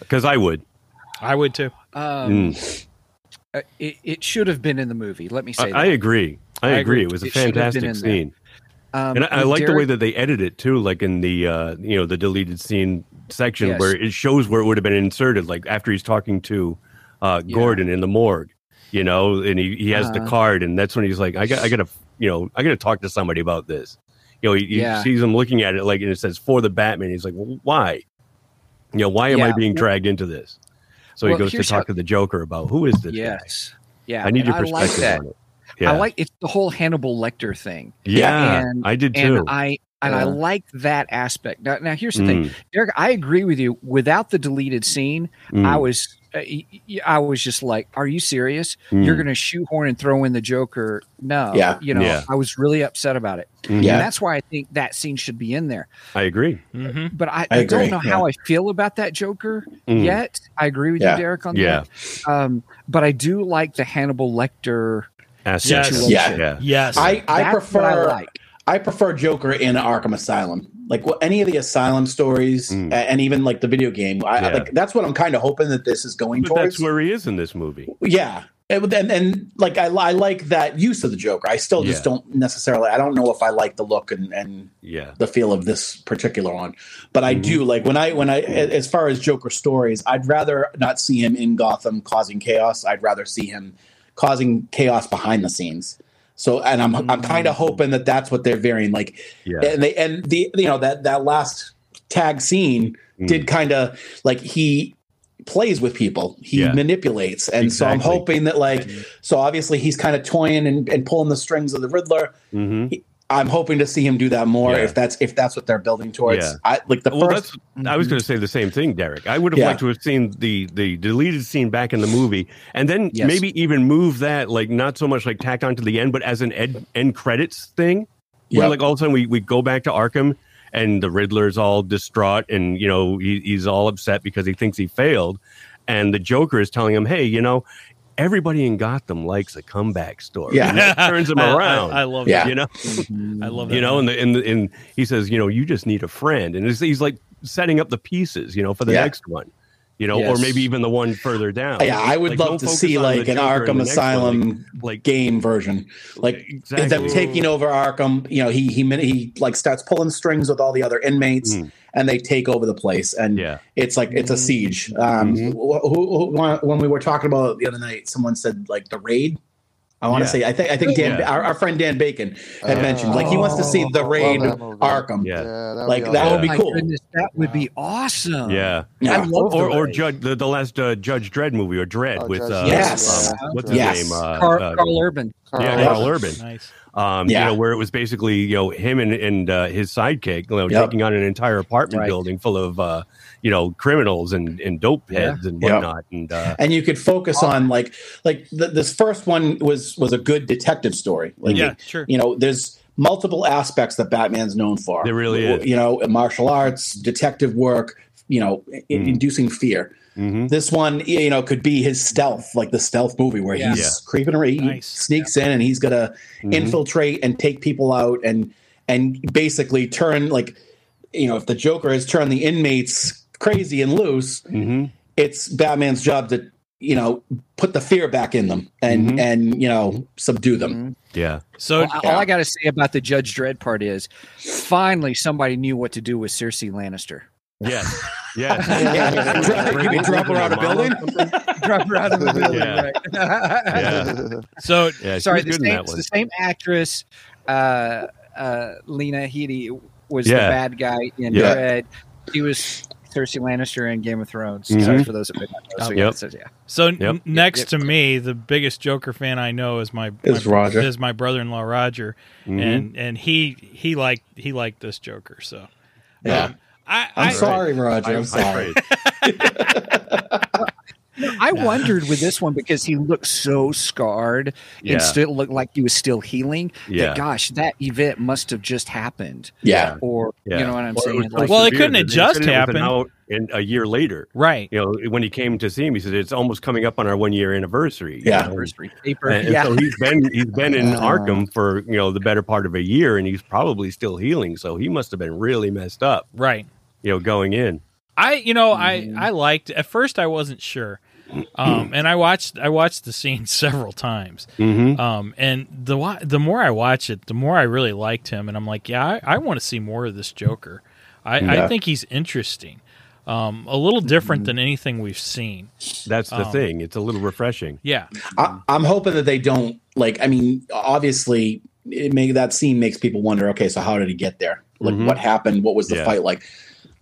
Because I would.
I would too.
Um,
Mm.
uh, it, it should have been in the movie. Let me
I,
say
I
that.
agree. I,
I
agree.
agree.
It was a
It should have been in
fantastic
there.
scene.
Um,
And I, I like the
Derek-
way that they edit it too, like in the uh, you know the deleted scene section
Yes.
where it shows where it would have been inserted, like after he's talking to uh,
Yeah.
Gordon in the morgue, you know, and he, he has the
Uh-huh.
card, and that's when he's like, I got I gotta you know I gotta talk to somebody about this, you know, he, he
Yeah.
sees him looking at it like and it says for the Batman, he's like, well, why, you know, why am I
Yeah.
being dragged into this? So
Well,
he goes to
here's
talk
how-
to the Joker about who is this? guy?
Yes. Yeah.
I need
and
your perspective
I like that.
on it. Yeah,
I like it's the whole Hannibal Lecter thing.
yeah,
and-
I did too.
and I and I
Yeah.
like that aspect. Now, now here's the
Mm,
thing, Derek. I agree with you. Without the deleted scene,
Hmm.
mm,
I was uh, y- y- I was just like, "Are you serious? You're
mm,
going to shoehorn and throw in the Joker?" No.
Hmm. Yeah.
You know,
Yeah.
I was really upset about it,
mm.
Yeah.
and that's why I think that scene should be in there.
I agree.
hmm
But I,
I
I, don't
agree, Hmm.
know how I feel about that Joker
Mm.
yet. I agree with
Yeah.
you, Derek, on
Yeah.
that. Um, but I do like the Hannibal Lecter.
Assets.
Yes.
Yeah.
Yeah.
Yes,
I, I
That's
prefer
what I
I,
like.
prefer Joker in Arkham Asylum, like well, any of the Asylum stories,
Mm.
a- and even like the video game. I,
Yeah.
like that's what I'm kind of hoping that this is going
But
towards.
that's where he is in this movie.
yeah. And, and, and, like I, I like that use of the Joker. I still just
Yeah.
don't necessarily. I don't know if I like the look and, and
Yeah.
the feel of this particular one. But I
Mm-hmm.
do like when I when I a- as far as Joker stories, I'd rather not see him in Gotham causing chaos. I'd rather see him causing chaos behind the scenes. So and I'm I'm kind of hoping that that's what they're varying like
Mm-hmm. Yeah.
and they and the you know that that last tag scene
Mm.
did kind of like he plays with people he
Yeah.
manipulates and so i'm
Exactly. Mm-hmm.
hoping that like so obviously he's kind of toying and, and pulling the strings of the riddler
hmm
I'm hoping to see him do that more
Yeah.
if that's if that's what they're building towards.
Yeah.
I like the
Well,
first.
that's, I was going to say the same thing, Derek. I would have
Yeah.
liked to have seen the the deleted scene back in the movie, and then
Yes.
maybe even move that like not so much like tacked onto the end, but as an ed, end credits thing. Where
Yep.
like all of a sudden we, we go back to Arkham, and the Riddler's all distraught, and you know he, he's all upset because he thinks he failed, and the Joker is telling him, "Hey, you know." Everybody in Gotham likes a comeback story.
Yeah.
And it turns him
I- I-
around.
I, love
Yeah.
that.
you know,
I love that.
you know, and the, and the, and he says, you know, you just need a friend, and it's, he's like setting up the pieces, you know, for the
Yeah.
next one. you know,
Yes.
or maybe even the one further down.
Oh, Yeah, I would
Like,
love
don't
to
focus
see
on the
like an
Joker in
Arkham
the next one,
Asylum
like,
game version. Like
exactly.
instead of taking over Arkham, you know, he he min- he like starts pulling strings with all the other inmates,
Mm.
and they take over the place. And
Yeah, Mm-hmm.
it's like it's a siege. Um,
Mhm.
wh- who, who, wh- when we were talking about it the other night, someone said like the raid. I want to
Yeah.
say I think I think Dan
Yeah.
our, our friend Dan Bacon had
Uh,
mentioned like he wants to see the
Oh, love
raid
that movie.
Arkham.
Yeah.
that'd
Like,
be
that
awesome.
would be
My
cool.
goodness, that would be awesome.
yeah.
Yeah.
I love
Or
the
or
raid.
Judge the, the last uh, Judge Dredd movie or Dredd
Oh,
with
Judge
uh,
Dredd. Yes.
um, what's
Yes.
his name? Uh,
Carl,
uh,
Carl Urban.
Carl
yeah,
Urban.
Carl Urban.
Nice.
um,
Yeah.
you know, where it was basically, you know, him and, and uh, his sidekick, you know,
Yep.
taking on an entire apartment
Right.
building full of, uh, you know, criminals and, and dope heads and
Yep.
whatnot. And uh,
And you could focus on like like th this first one was was a good detective story. Like
yeah, sure.
you know, there's multiple aspects that Batman's known for.
There really is.
You know, martial arts, detective work. You know, i-
Mm.
inducing fear.
mhm.
this one you know could be his stealth like the stealth movie where
Yeah.
he's
Yeah. Mm-hmm.
creeping around he
Nice.
sneaks in and he's gonna infiltrate and take people out and and basically turn like you know if the joker has turned the inmates crazy and loose
Mhm.
it's batman's job to you know put the fear back in them and
Mhm.
and you know subdue them
yeah,
So
Well, all I got to say about the Judge Dredd part is, finally somebody knew what to do with Cersei Lannister.
yeah, yeah.
Yeah. you mean drop her out of building
Drop her out of the building.
Yeah.
Right?
Yeah.
so
Yeah, she
Sorry,
was
the
good in
same,
that
it's
one.
the same actress, uh, uh, Lena Headey, was
Yeah.
the bad guy in
Yeah.
Dredd. She was Cersei Lannister in Game of Thrones.
Mhm.
Sorry for those that might not know. So,
Oh,
yeah,
yep.
so, yeah.
So n-
Yep.
next
Yep.
to me, the biggest Joker fan I know is my
Is
my-
Roger.
is my brother in law Roger,
Mhm.
and and he he liked he liked this Joker. So
Yeah.
um, I,
i'm
I
sorry roger
I-
i'm
I
sorry
prayed.
I wondered with this one because he looked so scarred
Yeah.
and still looked like he was still healing.
Yeah.
That, gosh, that event must have just happened.
yeah
Or
Yeah.
you know what I'm
Or it
saying?
was so
Like,
Well, it
severe
couldn't
that
have
they
just
said it was
happened.
Out in a year later,
right.
you know, when he came to see him, he said it's almost coming up on our one year anniversary. you
Yeah.
know, and-
anniversary paper.
And, and
yeah.
so he's been he's been in
Uh.
Arkham for you know the better part of a year, and he's probably still healing. So he must have been really messed up,
Right.
you know, going in.
I you know I
Mm-hmm.
I liked at first I wasn't sure, um, and I watched I watched the scene several times.
Mm-hmm.
Um, and the wa- the more I watch it, the more I really liked him, and I'm like, yeah, I, I want to see more of this Joker. I, I
Yeah. Mm-hmm.
think he's interesting, um, a little different than anything we've seen.
That's the
Um,
thing. It's a little refreshing.
Yeah,
I, I'm hoping that they don't like. I mean, obviously, it may, that scene makes people wonder. Okay, so how did he get there? Like,
Mhm.
what happened? What was the
Yeah.
fight like?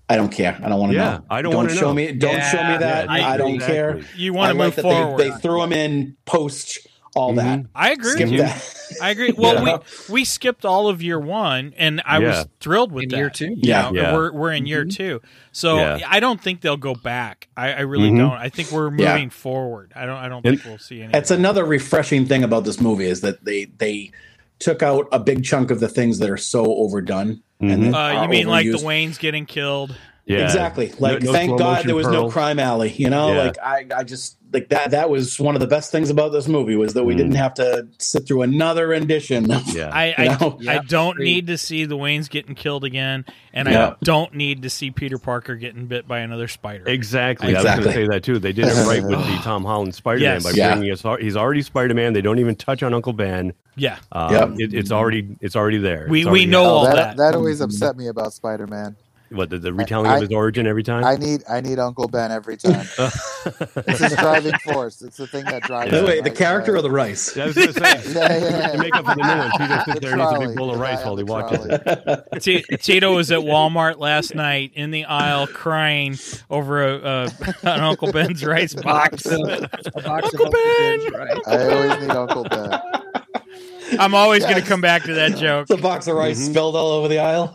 I don't care. I don't want to
Yeah,
know.
I don't
don't
wanna
show
know.
me. Don't
Yeah,
show me that.
yeah,
I, don't
exactly.
care.
you want
I
to move
like that
forward.
They, they threw him in post all that.
Mm-hmm.
I agree.
Skip
with you.
that.
I agree. Well,
Yeah.
we we skipped all of year one, and I
Yeah.
was thrilled with
In
that.
year two? Mm-hmm.
You
Yeah.
know,
Yeah.
we're we're in year two, so
Yeah.
I don't think they'll go back. I, I really
Mhm.
don't. I think we're moving
Mm-hmm. Yeah.
forward. I don't. I don't
And-
think we'll see any.
That's another refreshing thing about this movie is that they they took out a big chunk of the things that are so overdone.
Mhm.
And that
Uh,
are
you mean like the
overused.
Wayne's getting killed?
Yeah,
Exactly. Like,
No- no
thank
slow
God
motion
there was no
pearls.
crime alley. You know,
Yeah.
like I, I just like that. That was one of the best things about this movie was that we
Mm.
didn't have to sit through another rendition.
Yeah,
I
You
I,
know?
I
Yeah,
don't
agreed.
need to see the Wayne's getting killed again, and
Yeah.
I don't need to see Peter Parker getting bit by another spider.
exactly. I was
Exactly.
going to say that too. They did it right with the Tom Holland Spider Man
Yes.
by
Yeah.
bringing us. He's already Spider Man. They don't even touch on Uncle Ben.
yeah,
Um, it, it's already it's already there.
We-
It's
we
already
know
out.
all
Oh, that,
that.
that always upset me about Spider Man.
what the, the retelling
I-
of his origin every time.
I need I need Uncle Ben every time. it's his driving force. It's the thing that
By
drives.
the
him
way, the
right
character
away.
of the rice.
I was going to say
uh, yeah, yeah,
to make up for the new ones, he just
The
sits there and eats a
trolley.
big bowl of
The guy
rice
on
while he
the
watches
trolley.
it.
T- Tito was at Walmart last night in the aisle crying over a, uh, an Uncle Ben's rice box.
box of, a
Uncle
box of Uncle
Ben!
Ben's, right?
I always need Uncle Ben.
I'm always going to come back to that joke.
It's a box of rice
Mhm.
spilled all over the aisle.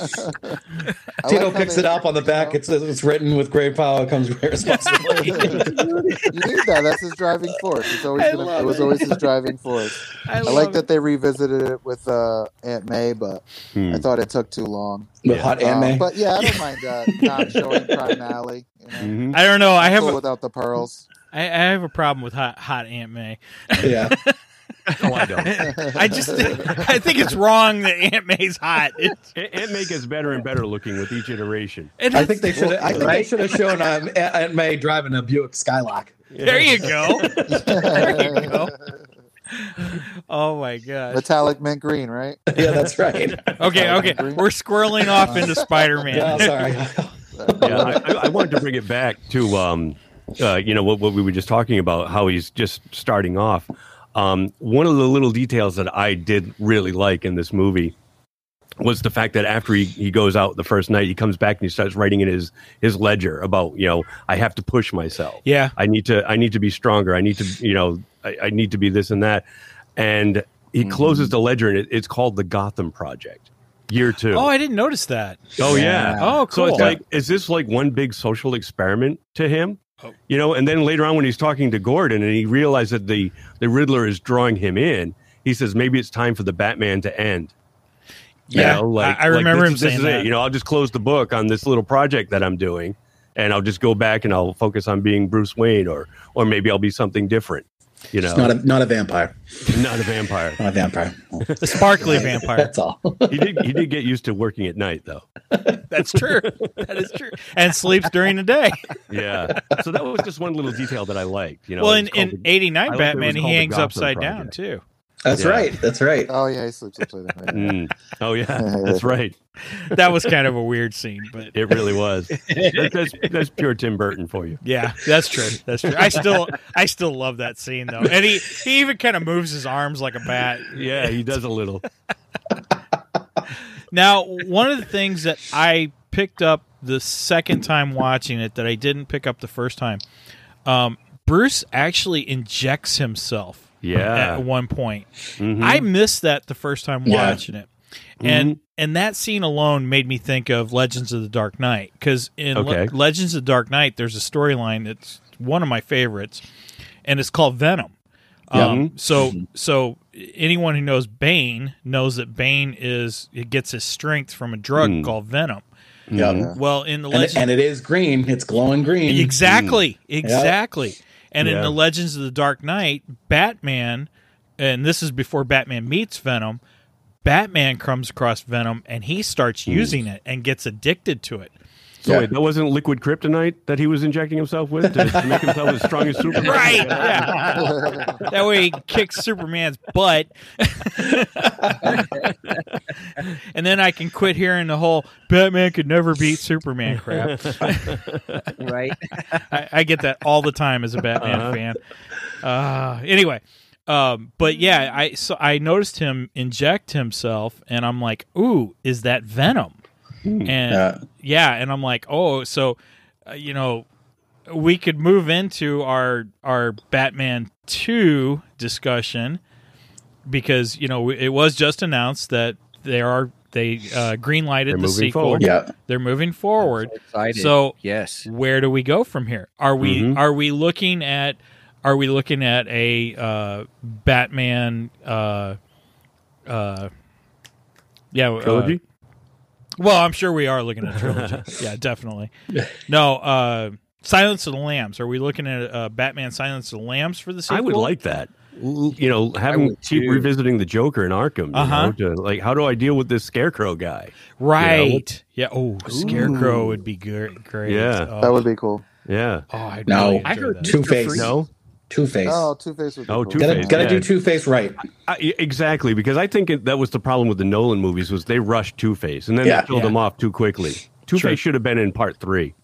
I
Tito
like how
picks
they-
it up on the back. It's it's written with great power comes great responsibility.
You need that. That's his driving force. It's always
I
gonna,
love
it was
it.
always his driving force.
I,
I
love
like
it.
that they revisited it with uh, Aunt May, but
Hmm.
I thought it took too long.
With
Yeah.
hot anime.
Um, but yeah, I don't mind that not showing Crime Alley. You know?
Mhm.
I don't know. I have
Cool
a,
without the pearls.
I, I have a problem with hot hot Aunt May.
yeah.
No, I don't.
I just I think it's wrong that Aunt May's hot. It's,
Aunt Aunt May gets better and better looking with each iteration.
it
I think they should.
Well, I think-
they should have shown um, Aunt May driving a Buick Skylark.
there you go. There you go. Oh my god.
Metallic mint green, right?
yeah, that's right.
Okay, okay. We're squirreling off into Spider-Man.
Yeah, sorry.
yeah, I, I- I wanted to bring it back to um, uh, you know what, what we were just talking about, how he's just starting off. Um, one of the little details that I did really like in this movie was the fact that after he, he goes out the first night, he comes back and he starts writing in his his ledger about you know I have to push myself.
Yeah.
I need to I need to be stronger. I need to you know I, I need to be this and that. And he
Mm-hmm.
closes the ledger and it, it's called the Gotham Project, year two.
Oh, I didn't notice that.
Oh yeah.
Oh, cool.
So it's like, is this like one big social experiment to him?
Oh.
You know, and then later on when he's talking to Gordon and he realizes that the the Riddler is drawing him in, he says maybe it's time for the Batman to end. You
yeah,
know,
I, I remember
this
him
is-
saying
this is
that.
It. You know, I'll just close the book on this little project that I'm doing, and I'll just go back and I'll focus on being Bruce Wayne, or or maybe I'll be something different. You know,
It's not a not a vampire.
not a vampire.
Not a vampire.
the sparkly vampire.
That's all.
he did he did get used to working at night though.
That's true. That is true. And sleeps during the day.
yeah. So that was just one little detail that I liked. You know,
well,
It
in,
was called
in
the- I
'89
like that it
Batman,
was
he
called the
hangs
Gotham
upside down
Project.
too.
That's
Yeah.
right. That's right.
Oh yeah, he sleeps upside down. Yeah.
Mm. Oh yeah, that's right.
That was kind of a weird scene, but
It really was. That- that's that's pure Tim Burton for you.
yeah, that's true. That's true. I still, I still love that scene though, and he he even kind of moves his arms like a bat.
Yeah, he does a little.
Now, one of the things that I picked up the second time watching it that I didn't pick up the first time, um, Bruce actually injects himself at
Yeah.
one point.
Mhm.
I missed that the first time
Yeah.
watching it. And and that scene alone made me think of Legends of the Dark Knight cuz in Le-
Okay.
Legends of the Dark Knight there's a storyline that's one of my favorites and it's called Venom.
Mm-hmm.
Um, so so anyone who knows Bane knows that Bane is it gets his strength from a drug
Mm.
called Venom.
Mm-hmm. Yeah.
Well, in the
And,
Legends
and it is green. It's glowing green.
Exactly. Exactly. And in
Yeah.
the Legends of the Dark Knight, Batman, and this is before Batman meets Venom, Batman comes across Venom and he starts using it and gets addicted to it.
So
Yeah.
wait, Mm-hmm. that wasn't liquid kryptonite that he was injecting himself with to, to make himself as strong as Superman.
Right. Yeah. that way he kicks Superman's butt. and then I can quit hearing the whole Batman could never beat Superman crap.
right?
I, I get that all the time as a Batman
Uh-huh.
fan. Uh, anyway, um, but yeah, I so I noticed him inject himself, and I'm like, "Ooh, is that Venom?"
Hmm,
And
Yeah.
yeah, and I'm like, "Oh, so uh, you know, we could move into our our Batman two discussion because you know it was just announced that they are they uh, greenlighted
They're
the
moving
sequel.
forward.
Yeah.
They're moving forward.
Excited.
So
yes,
where do we go from here? Are we
Mhm.
are we looking at are we looking at a uh, Batman uh, uh, yeah uh,
Trilogy.
well, I'm sure we are looking at a trilogy. yeah, definitely. No, uh, Silence of the Lambs. Are we looking at uh, Batman Silence of the Lambs for the Uh, sequel?
I would like that. L- You know, having
would
keep
too.
revisiting the Joker in Arkham. you
Uh-huh.
know, to, like, how do I deal with this Scarecrow guy?
right. Yeah. Oh, Scarecrow would be good. Great.
Yeah.
Oh,
That would be cool.
Yeah.
oh, I'd
No.
really enjoy
I heard
that.
Two Face.
No.
Two Face.
Oh, Two Face would be
Oh,
cool.
Two-Face.
Gotta, gotta
yeah.
do Two Face right.
I, e, exactly, because I think it, that was the problem with the Nolan movies was they rushed Two Face and then
Yeah.
they killed him off too quickly. Two Face
Sure.
should have been in part three.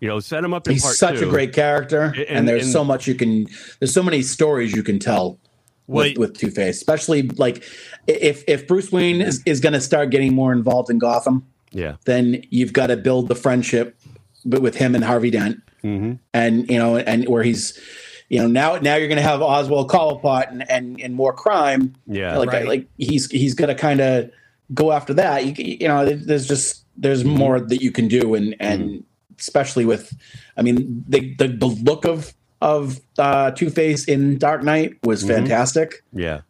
You know, set him up in
He's
part
such
two.
a great character, and,
and-
there's
and-
so much you can. There's so many stories you can tell
Wait.
with, with Two Face, especially like if if Bruce Wayne is, is going to start getting more involved in Gotham,
Yeah.
then you've got to build the friendship, but with him and Harvey Dent,
Mhm.
and you know, and where he's, you know, now now you're going to have Oswald Cobblepot and and, and more crime.
Yeah.
like
Right.
like he's he's got to kind of go after that. You, you know, there's just there's more that you can do, and and especially with, I mean, the the, the look of of uh, Two Face in Dark Knight was
Mhm.
fantastic,
yeah.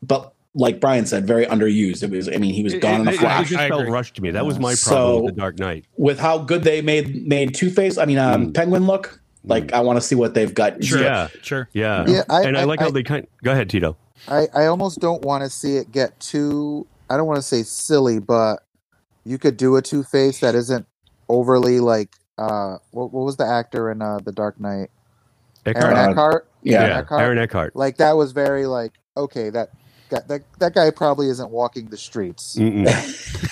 but like Brian said, very underused. It was, I mean, he was gone in a
It- it-
flash.
It, just
I
felt
agree.
rushed to me. That was my problem
So-
with the Dark Knight.
with how good they made made Two Face. I mean, um, Penguin Mm. look. Like I want to see what they've got.
Sure.
Yeah.
Sure.
Yeah.
Yeah, I-
and I,
I-
like how
I-
they kind. Go ahead, Tito.
I, I almost don't want to see it get too. I don't want to say silly, but you could do a Two Face that isn't overly like. Uh, what, what was the actor in uh, the Dark Knight? Aaron
Eckhart.
Uh,
Eckhart.
yeah.
yeah,
Eckhart.
Aaron Eckhart.
Like that was very like okay that. guy- That, that guy probably isn't walking the streets.
Mm-mm.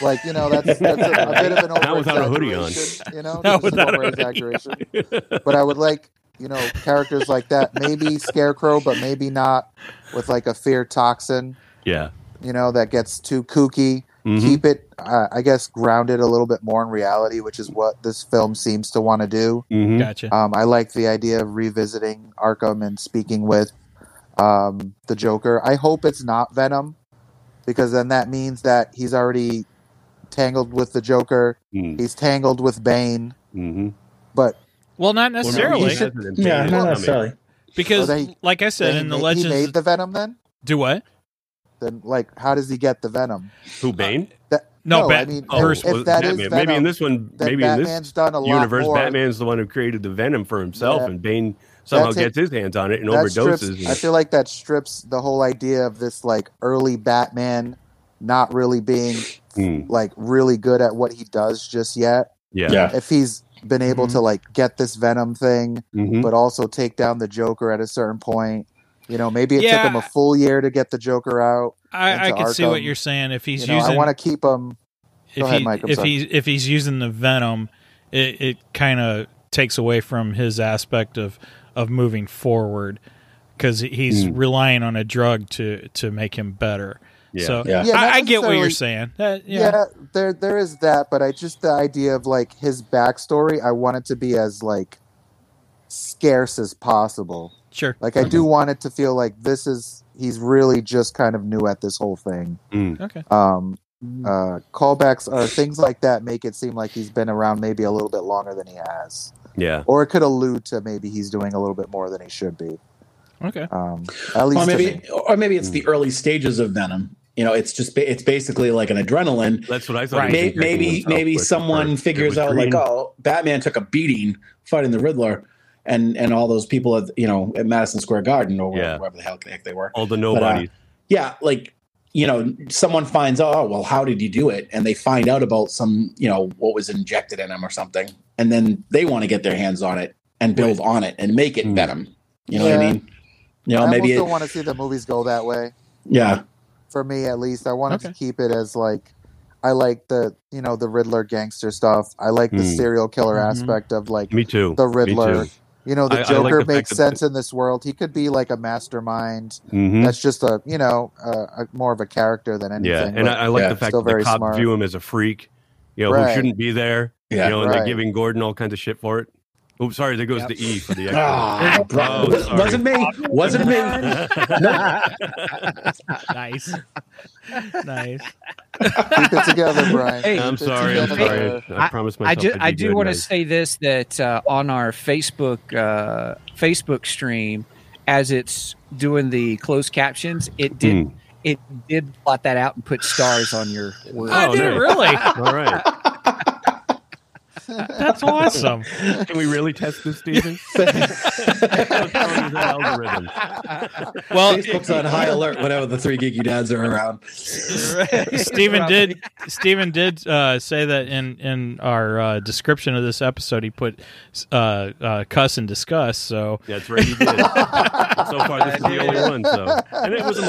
Like you know, that's, that's a, a bit of an
Not
over
without a hoodie on.
You know,
Not
just
without a
over
hoodie on.
exaggeration. but I would like you know characters like that. Maybe Scarecrow, but maybe not with like a fear toxin.
yeah.
You know that gets too kooky.
Mhm.
Keep it, uh, I guess, grounded a little bit more in reality, which is what this film seems to want to do.
Mhm.
Gotcha.
Um, I like the idea of revisiting Arkham and speaking with um, the Joker. I hope it's not Venom, because then that means that he's already tangled with the Joker.
Mm.
He's tangled with Bane,
Mhm.
but
Well, not
Well, no, he
necessarily,
has an opinion
Yeah,
coming.
not necessarily.
because,
Well, they-
like I said,
then
in the
he, ma- he
legends,
made the Venom then.
do what?
Then, like, how does he get the Venom?
Who Bane?
That,
No,
no, I
Bat-
mean,
oh,
if-
Bruce
if,
was
that is
Batman.
Venom,
maybe in this one,
then
maybe in
Batman's
this
done a lot
universe,
more.
Batman's the one who created the venom for himself,
Yeah.
and Bane somehow
That's it.
gets his hands on it and
That
overdoses.
Strips,
and-
I feel like that strips the whole idea of this like early Batman not really being
Mm.
like really good at what he does just yet.
yeah,
Yeah.
If he's been
Mm-hmm.
able to like get this Venom thing,
Mhm.
but also take down the Joker at a certain point. You know, maybe it
Yeah.
took him a full year to get the Joker out.
I, I
into
can see what
Arkham.
you're saying. If he's
you know,
using,
I want to keep him.
if,
ahead,
he,
Mike, I'm
if
sorry.
he's if he's using the venom, it, it kind of takes away from his aspect of of moving forward because he's relying on a drug to to make him better.
Yeah.
So
Yeah.
Yeah, not
I, I get what you're
necessarily-
saying. That-
Yeah.
yeah.
there there is that, but I just the idea of like his backstory, I want it to be as like scarce as possible.
sure.
Like I do want it to feel like this is he's really just kind of new at this whole thing.
Mm.
Okay.
Um
Mm-hmm.
uh callbacks or things like that make it seem like he's been around maybe a little bit longer than he has.
yeah.
Or it could allude to maybe he's doing a little bit more than he should be.
Okay.
Um at least
Or
to
maybe,
me.
or maybe it's Mm. the early stages of Venom. You know, it's just ba- it's basically like an adrenaline.
That's what I thought.
Right.
he was
May-
injecting
Maybe
himself
maybe
with at
someone
first. It
figures
was
out
green.
like, oh, Batman took a beating fighting the Riddler, and and all those people at you know at Madison Square Garden or wherever,
Yeah.
wherever the hell the heck they were.
all the nobodies.
yeah, like you know, someone finds out, oh, well, how did he do it? And they find out about some, you know, what was injected in him or something, and then they want to get their hands on it and build on it and make it
Mm.
Venom. You know what I
Yeah.
mean? You know,
I
maybe
almost don't
it,
want to see the movies go that way.
yeah,
for me at least. I wanted to
Okay.
keep it as like I like the you know the Riddler gangster stuff. I like the
Hmm.
Mm.
serial killer
Mm-hmm.
Mhm.
aspect of like
Me too.
the Riddler.
Me
You know the
I- I like
Joker
the fact
makes
that-
sense in this world. He could be like a mastermind.
too. Mhm.
That's just a you know a, a, more of a character than anything.
Yeah, and
but-
I, I like
yeah,
the fact
still
that the
very
cops
smart.
view him as a freak, you know, who
Right.
shouldn't be there.
Yeah.
you know, and they're
Right.
giving Gordon all kinds of shit for it. Oops, sorry, there goes
Yep.
the E for the
Ah,
extra.
bro.
Oh, sorry.
wasn't me. Wasn't me.
nice. nice.
keep it together, Brian.
Hey,
I'm
Keep it
sorry. I'm
together.
sorry. I, I promised myself.
I do,
I'd be
I do
good
want to
tonight.
say this that uh, on our Facebook uh, Facebook stream, as it's doing the closed captions, it
Mm.
did
Hmm.
it did plot that out and put stars on your word.
I
Oh,
did it
nice.
really.
All right.
That's awesome.
Can we really test this, Steven? What's wrong with that algorithm?
Well,
Facebook's on high alert whenever the three geeky dads are around.
Stephen did. Stephen did uh, say that in in our uh, description of this episode, he put uh, uh, "cuss and discuss." So
That's right, you did. so far, this is the only one. So, and it was a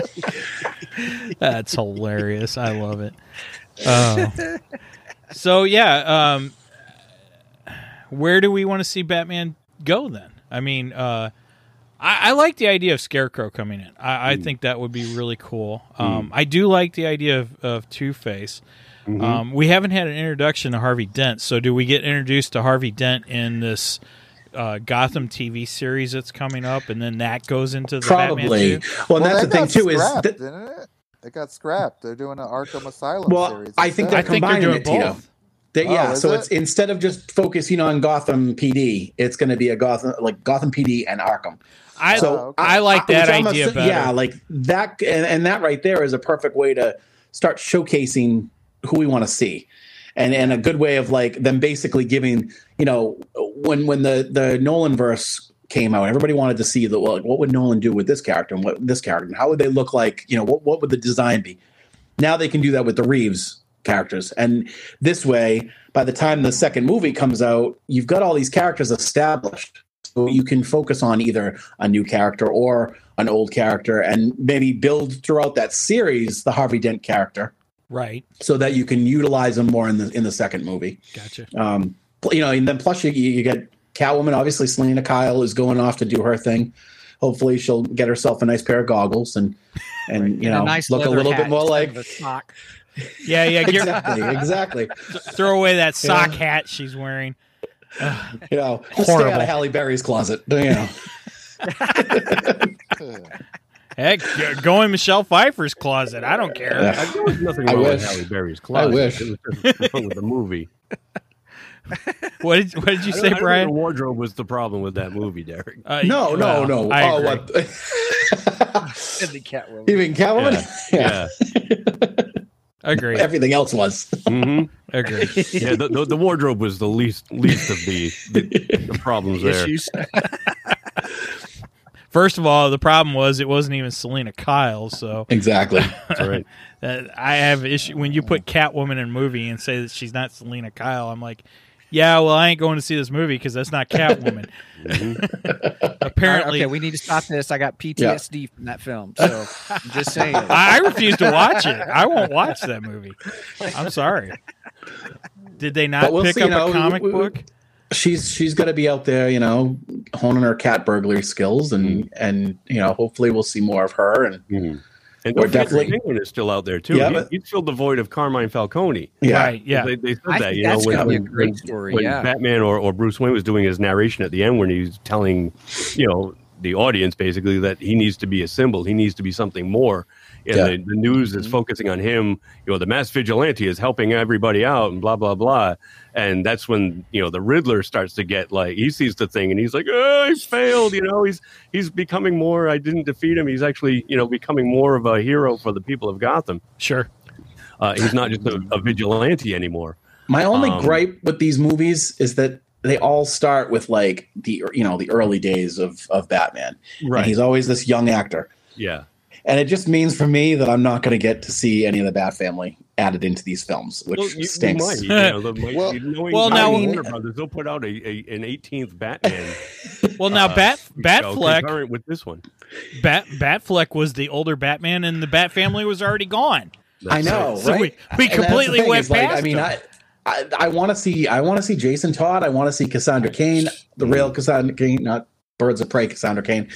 mild one.
that's hilarious. I love it. Oh. so yeah, um, where do we want to see Batman go then? I mean, uh, I, I like the idea of Scarecrow coming in. I, I think that would be really cool. Um, I do like the idea of, of Two Face. Um, we haven't had an introduction to Harvey Dent, so do we get introduced to Harvey Dent in this uh, Gotham TV series that's coming up, and then that goes into the Batman
Probably.
too?
Well, and that's the
that
thing
got
too is
scrapped,
that,
didn't it? It got scrapped. They're doing an Arkham Asylum
Well,
series.
I think
I
they're
instead.
think they're
combining
doing
it, Tito.
both.
that-
Oh,
yeah.
is
So
it?
it's instead of just focusing on Gotham PD, it's going to be a Gotham like Gotham PD and Arkham.
I
So,
okay.
I like
I-
that
which I'm
idea
assu-
better.
Yeah, like that, and, and that right there is a perfect way to start showcasing who we want to see, and and a good way of like them basically giving you know when when the the Nolan verse came out, everybody wanted to see the like, what would Nolan do with this character and what this character and how would they look like? You know, what what would the design be? Now they can do that with the Reeves characters, and this way, by the time the second movie comes out, you've got all these characters established, so you can focus on either a new character or an old character, and maybe build throughout that series the Harvey Dent character,
Right.
so that you can utilize them more in the in the second movie
Gotcha.
um, pl- you know, and then plus you, you you get Catwoman. Obviously, Selena Kyle is going off to do her thing. Hopefully, she'll get herself a nice pair of goggles and and you know look a
leather
little
hat
bit more
instead
like
of a sock.
Yeah, yeah. get-
exactly exactly.
Throw away that sock
Yeah.
hat she's wearing.
You know, just stay out
Horrible.
of Halle Berry's closet. You know,
Heck, g- go in Michelle Pfeiffer's closet. I don't care.
Yeah.
There was nothing
I
wrong with
wish.
Halle Berry's closet.
wish.
It was just wrong with the movie.
What did What did you
I
say,
don't- I don't think
Brian?
The wardrobe was the problem with that movie, Derek.
Uh,
no, no,
well,
no.
I
oh,
agree.
what?
And the Catwoman.
Even Catwoman. Yeah.
Agree.
Everything else was.
hmm
Agree.
yeah the, the, the wardrobe was the least least of the, the, the problems there.
Issues.
First of all, the problem was it wasn't even Selena Kyle, so
Exactly.
That's right.
uh, I have issue when you put Catwoman in a movie and say that she's not Selena Kyle. I'm like, yeah, well, I ain't going to see this movie because that's not Catwoman.
Mm-hmm.
Apparently,
Okay, we need to stop this. I got PTSD from that film. So I'm just saying.
I, I refuse to watch it. I won't watch that movie. I'm sorry. Did they not
But we'll
pick
see,
up
you know,
a comic
we- we-
book?
she's she's going to be out there, you know, honing her cat burglary skills, and and you know, hopefully, we'll see more of her. And
Mm-hmm. And don't
We're
forget
definitely-
the penguin is still out there too.
Yeah,
he,
but-
he filled the void of Carmine Falcone.
yeah,
Right. Yeah.
they, they said
I
that.
think
You know,
that's
when,
gonna be a
when-
great
when-
story.
when
yeah.
Batman or, or Bruce Wayne was doing his narration at the end, when he's telling, you know, the audience basically that he needs to be a symbol, he needs to be something more. And
Yeah.
the, the news is focusing on him. You know, the mass vigilante is helping everybody out, and blah blah blah. And that's when you know the Riddler starts to get like he sees the thing, and he's like, "Oh, I failed." You know, he's he's becoming more. I didn't defeat him. He's actually you know becoming more of a hero for the people of Gotham.
Sure.
Uh, he's not just a, a vigilante anymore.
My only
Um,
gripe with these movies is that they all start with like the you know the early days of of Batman, and he's always this young actor,
Yeah.
and it just means for me that I'm not going to get to see any of the Bat Family added into these films, which
Well, you, you
stinks.
might. You know, the, like,
Well-
you knowing
well,
now
now-
Warner Brothers, they'll put out a, a an 18th Batman.
Well, now
uh,
Bat
show
Batfleck
concurrent with this one.
Bat Batfleck was the older Batman, and the Bat family was already gone.
I know,
So
right?
we, we
And that's the
completely
thing
went
is,
past.
like, I mean,
him.
I. I, I want to see I want to see Jason Todd. I want to see Cassandra Kane, the
Mm-hmm.
real Cassandra Kane, not Birds of Prey Cassandra Kane,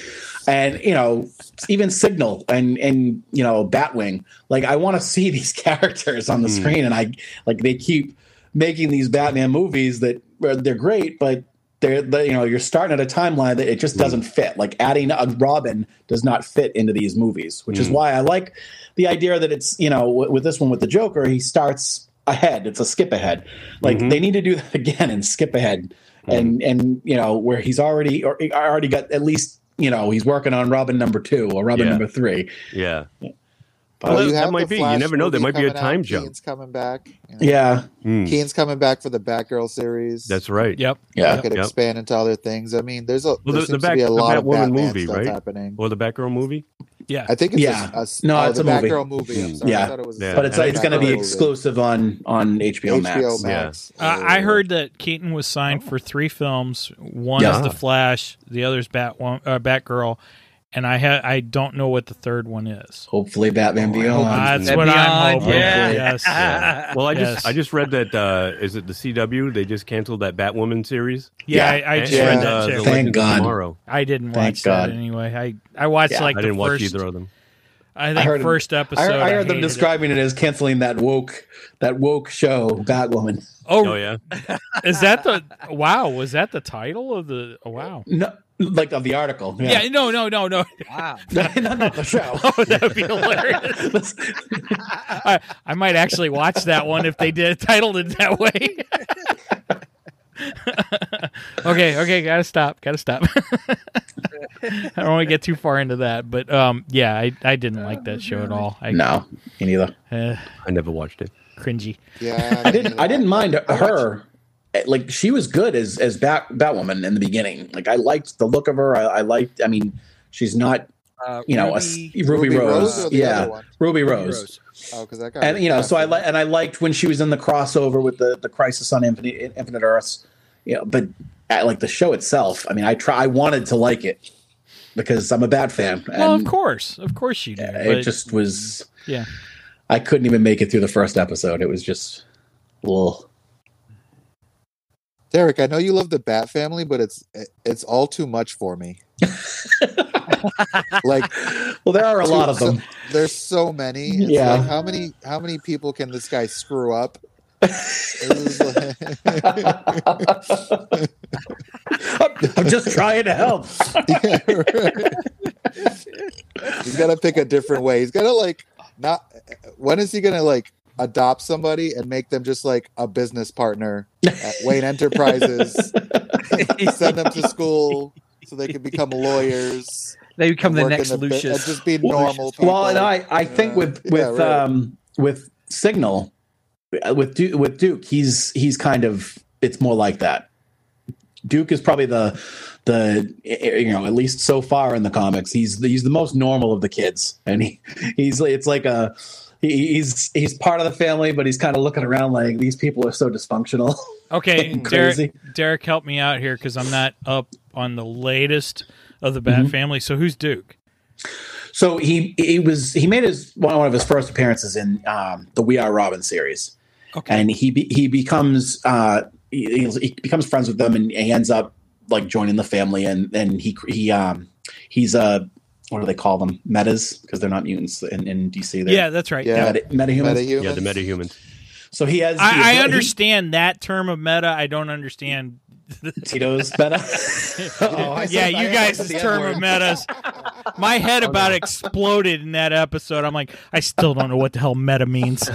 and you know even Signal and and you know Batwing. Like I want to see these characters on
Mm-hmm.
the
Mm.
screen, and I like they keep making these Batman movies that where they're great, but they're they, you know you're starting at a timeline that it just doesn't fit. Like adding a Robin does not fit into these movies, which is
Mm.
why I like the idea that it's you know w- with this one with the Joker, he starts ahead. It's a skip ahead. Like
Mhm.
they need to do that again and skip ahead, and and you know where he's already or I already got at least you know he's working on Robin number two or Robin
Yeah.
number three.
Yeah.
Well,
that-
you
that
have
might
the
be. You
Flash
never know. There
movie
might be a
coming out.
time jump.
Keaton's coming back. you know.
Yeah,
Hmm.
Keaton's coming back for the Batgirl series.
That's right.
yep.
They
yeah.
could
Yep.
expand into other things. I mean, there's a
the-
there
the
seems
Bat-
to be a
the
lot of
Batwoman
Batman
movie,
stuff
right?
happening.
Or the Batgirl movie.
I think it's
Yeah.
just us-
No,
oh,
it's
the
a movie.
Batgirl movie. I'm sorry.
Yeah.
I thought it was
Yeah.
But it's
And
it's going to be
Batgirl movie.
exclusive on on HBO,
HBO
Max.
Max. Oh.
Uh,
or-
Oh.
I heard that Keaton was signed for three films. One
Yeah.
is The Flash, the other's Bat uh, Batgirl, and I ha- I don't know what the third one is.
Hopefully, Batman Beyond.
That's
That
what I'm
Beyond,
hoping.
yeah.
Yes.
Yeah. Well, I
Uh, Yes.
just I just read that uh, is it the CW? They just canceled that Batwoman series.
Yeah,
Yeah.
I, I just
Yeah.
read
uh,
that
The
too.
Thank
Legend of
God.
Tomorrow.
I didn't
Thank
watch
God.
that anyway. I I watched
Yeah,
like
I
the
didn't watch
first,
either of them.
I
I
think
heard-
first episode.
I heard, I heard them
hated it.
describing it. as canceling that woke that woke show Batwoman.
Oh,
Oh yeah.
is that the wow? Was that the title of the? Oh, wow.
No, like of the article.
Yeah. no, no, no, no.
Wow.
not, not the show.
Oh, that would be hilarious. I, I might actually watch that one if they did titled it that way. okay, okay, gotta stop, gotta stop. I don't want to get too far into that, but um, yeah, I, I didn't like that show at all. I,
no, me neither.
uh,
I never watched it.
cringy.
Yeah,
I didn't. I didn't mind her. eh, like she was good as as Bat Batwoman in the beginning. Like I liked the look of her. I, I liked. I mean, she's not
Uh,
you know
Ruby-
a s- Ruby, Rose.
or the
yeah,
other one?
Ruby
Ruby
Rose.
Oh, because I got
And you know, so I li- and I liked when she was in the crossover with the the Crisis on Infinite Infinite Earths. You know, but I like the show itself. I mean, I try. I wanted to like it because I'm a Bat fan. And
Well, of course, of course you do.
It
but-
just was.
yeah.
I couldn't even make it through the first episode. It was just, well,
Derek, I know you love the Bat Family, but it's it's all too much for me. like
well, there are a
Two-
lot of them.
there's so many. It's
Yeah.
like, how many how many people can this guy screw up? This is like-
I'm, I'm just trying to help.
Yeah, right. He's got to pick a different way. He's got to like not. When is he going to like adopt somebody and make them just like a business partner at Wayne Enterprises? send them to school so they can become lawyers.
they become the
work in
next
bi- and
Lucius.
just be normal people.
Well, and I, I think
Yeah.
with
Yeah,
with
right.
um with Signal, uh, with Duke, with Duke, he's he's kind of it's more like that. Duke is probably the the eh, you know at least so far in the comics he's the, he's the most normal of the kids, and he he's like- it's like a he- he's he's part of the family, but he's kind of looking around like these people are so dysfunctional.
Okay,
Crazy.
Derek, Derek, help me out here because I'm not up on the latest of the Bat Family. So who's Duke?
So he he was he made his one one of his first appearances in um, the We Are Robin series,
Okay,
and he be, he becomes uh, he, he becomes friends with them, and he ends up like joining the family, and and he he um he's a what do they call them metas because they're not mutants in, in DC. They're
yeah, that's right.
Yeah.
meta, metahumans.
Metahumans.
Yeah, the metahumans.
so he has he
I,
has-
I understand that term of meta. I don't understand.
he- Tito's meta.
Oh, I
yeah,
said- I
you
said
guys'
the
term of
N-word.
metas. My head about exploded in that episode. I'm like, I still don't know what the hell meta means.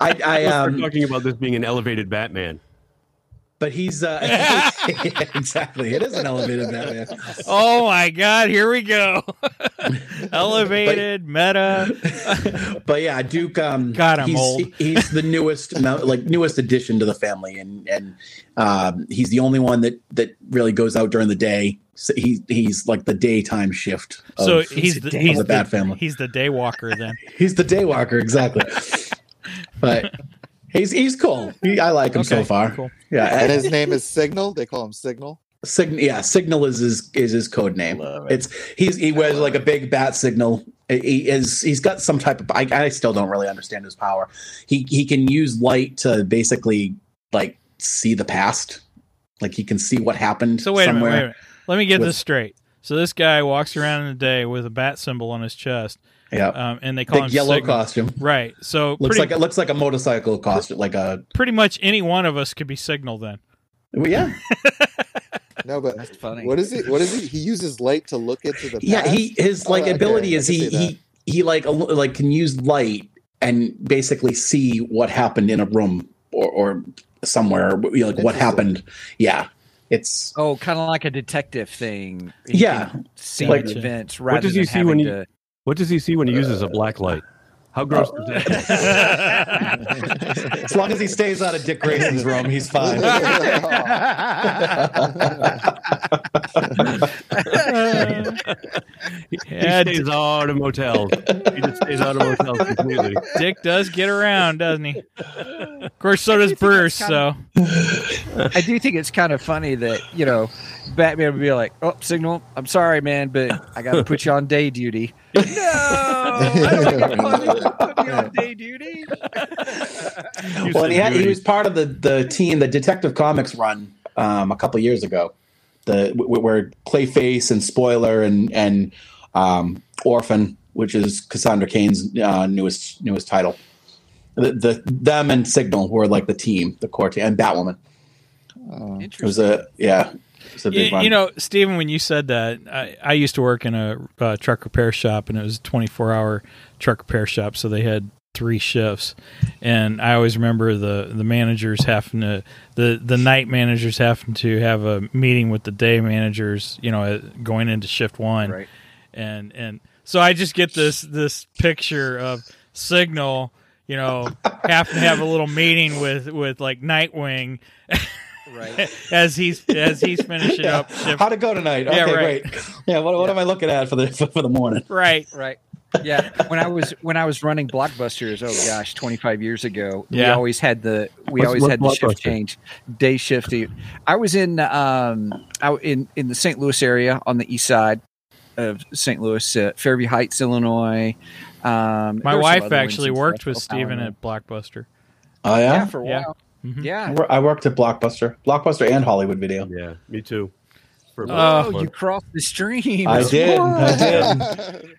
I, I
We're
um
talking about this being an elevated Batman.
but he's uh yeah, exactly it is an elevated Batman.
oh my god, here we go. Elevated meta.
but yeah, Duke. Um,
God, I'm
he's,
old.
he's the newest, no, like newest addition to the family, and and um, he's the only one that that really goes out during the day. So he he's like the daytime shift. Of,
So he's the,
of
he's
Oh, the bad family.
He's the day walker then.
He's the day walker, exactly. but he's he's cool. He, I like him so
Okay,
far.
cool.
Yeah,
And
and
his name is Signal. They call him Signal.
Sign- yeah, Signal is his is his code name.
Love
It's he's he wears like a big bat signal. He is he's got some type of I, I still don't really understand his power. He he can use light to basically like see the past. Like he can see what happened
So wait a minute,
somewhere.
wait a minute. Let me get
with-
this straight. So this guy walks around in the day with a bat symbol on his chest,
Yeah.
um, and they call
Big
him
yellow
Signal.
costume.
Right. So
Looks
pretty,
like it looks like a motorcycle costume. Like a
pretty much any one of us could be Signal then.
well, yeah.
No, but
That's funny.
what is it? What is he? He uses light to look into the.
Yeah,
past?
he his like
Oh, okay,
ability
I
is
can
he
see that.
he he like a- like can use light and basically see what happened in a room or, or somewhere you know, like what
Interesting.
happened. Yeah, it's
Oh, kind of like a detective thing.
yeah.
See
Like-
events rather
does
than
he see
having
when he-
to.
What does he see when he uses a black light? How gross is
Uh,
that?
as long as he stays out of Dick Grayson's room, he's fine.
Oh,
Yeah,
he stays out of motels. He just stays out of motels completely.
Dick does get around, doesn't he? Of course, so does Bruce. So
I do think it's kind of funny that you know, Batman would be like, "Oh, signal, I'm sorry, man, but I got to put you on day duty." no, I don't think it's funny to put me on day duty.
well, and he, had, he was part of the the team, the Detective Comics run um, a couple years ago, the wh- where Clayface and Spoiler and and um, Orphan, which is Cassandra Cain's uh, newest newest title, the, the them and Signal were like the team, the core team, and Batwoman. It was a yeah, it was a big
you,
run.
you know, Stephen, when you said that, I, I used to work in a uh, truck repair shop, and it was a 24 hour truck repair shop, so they had three shifts. And I always remember the, the managers having to the, the night managers having to have a meeting with the day managers, you know, uh, going into shift one,
Right.
and and so I just get this this picture of signal. you know, have to have a little meeting with with like Nightwing
Right.
as he's as he's finishing
Yeah.
up shift.
How to go tonight? Okay,
Yeah, right.
great. Yeah, what, what am I looking at for the for the morning?
Right.
Right. Yeah. When I was when I was running blockbusters, oh gosh, twenty five years ago, we
Yeah.
always had the we
What's-
always
what's
had the shift
Blockbuster?
change, day shift. I was in um out in in the St. Louis area on the east side of St. Louis, uh, Fairview Heights, Illinois. Um,
My
there were some
wife
other ones
actually
in
worked with
Central
Steven
Illinois.
at Blockbuster.
Oh yeah,
yeah for a
Yeah.
while.
Mhm.
I
Yeah.
wor- I worked at Blockbuster, Blockbuster and Hollywood Video.
Yeah, me too. For about
Oh,
a
Oh, you
month.
crossed the stream.
I did, I did.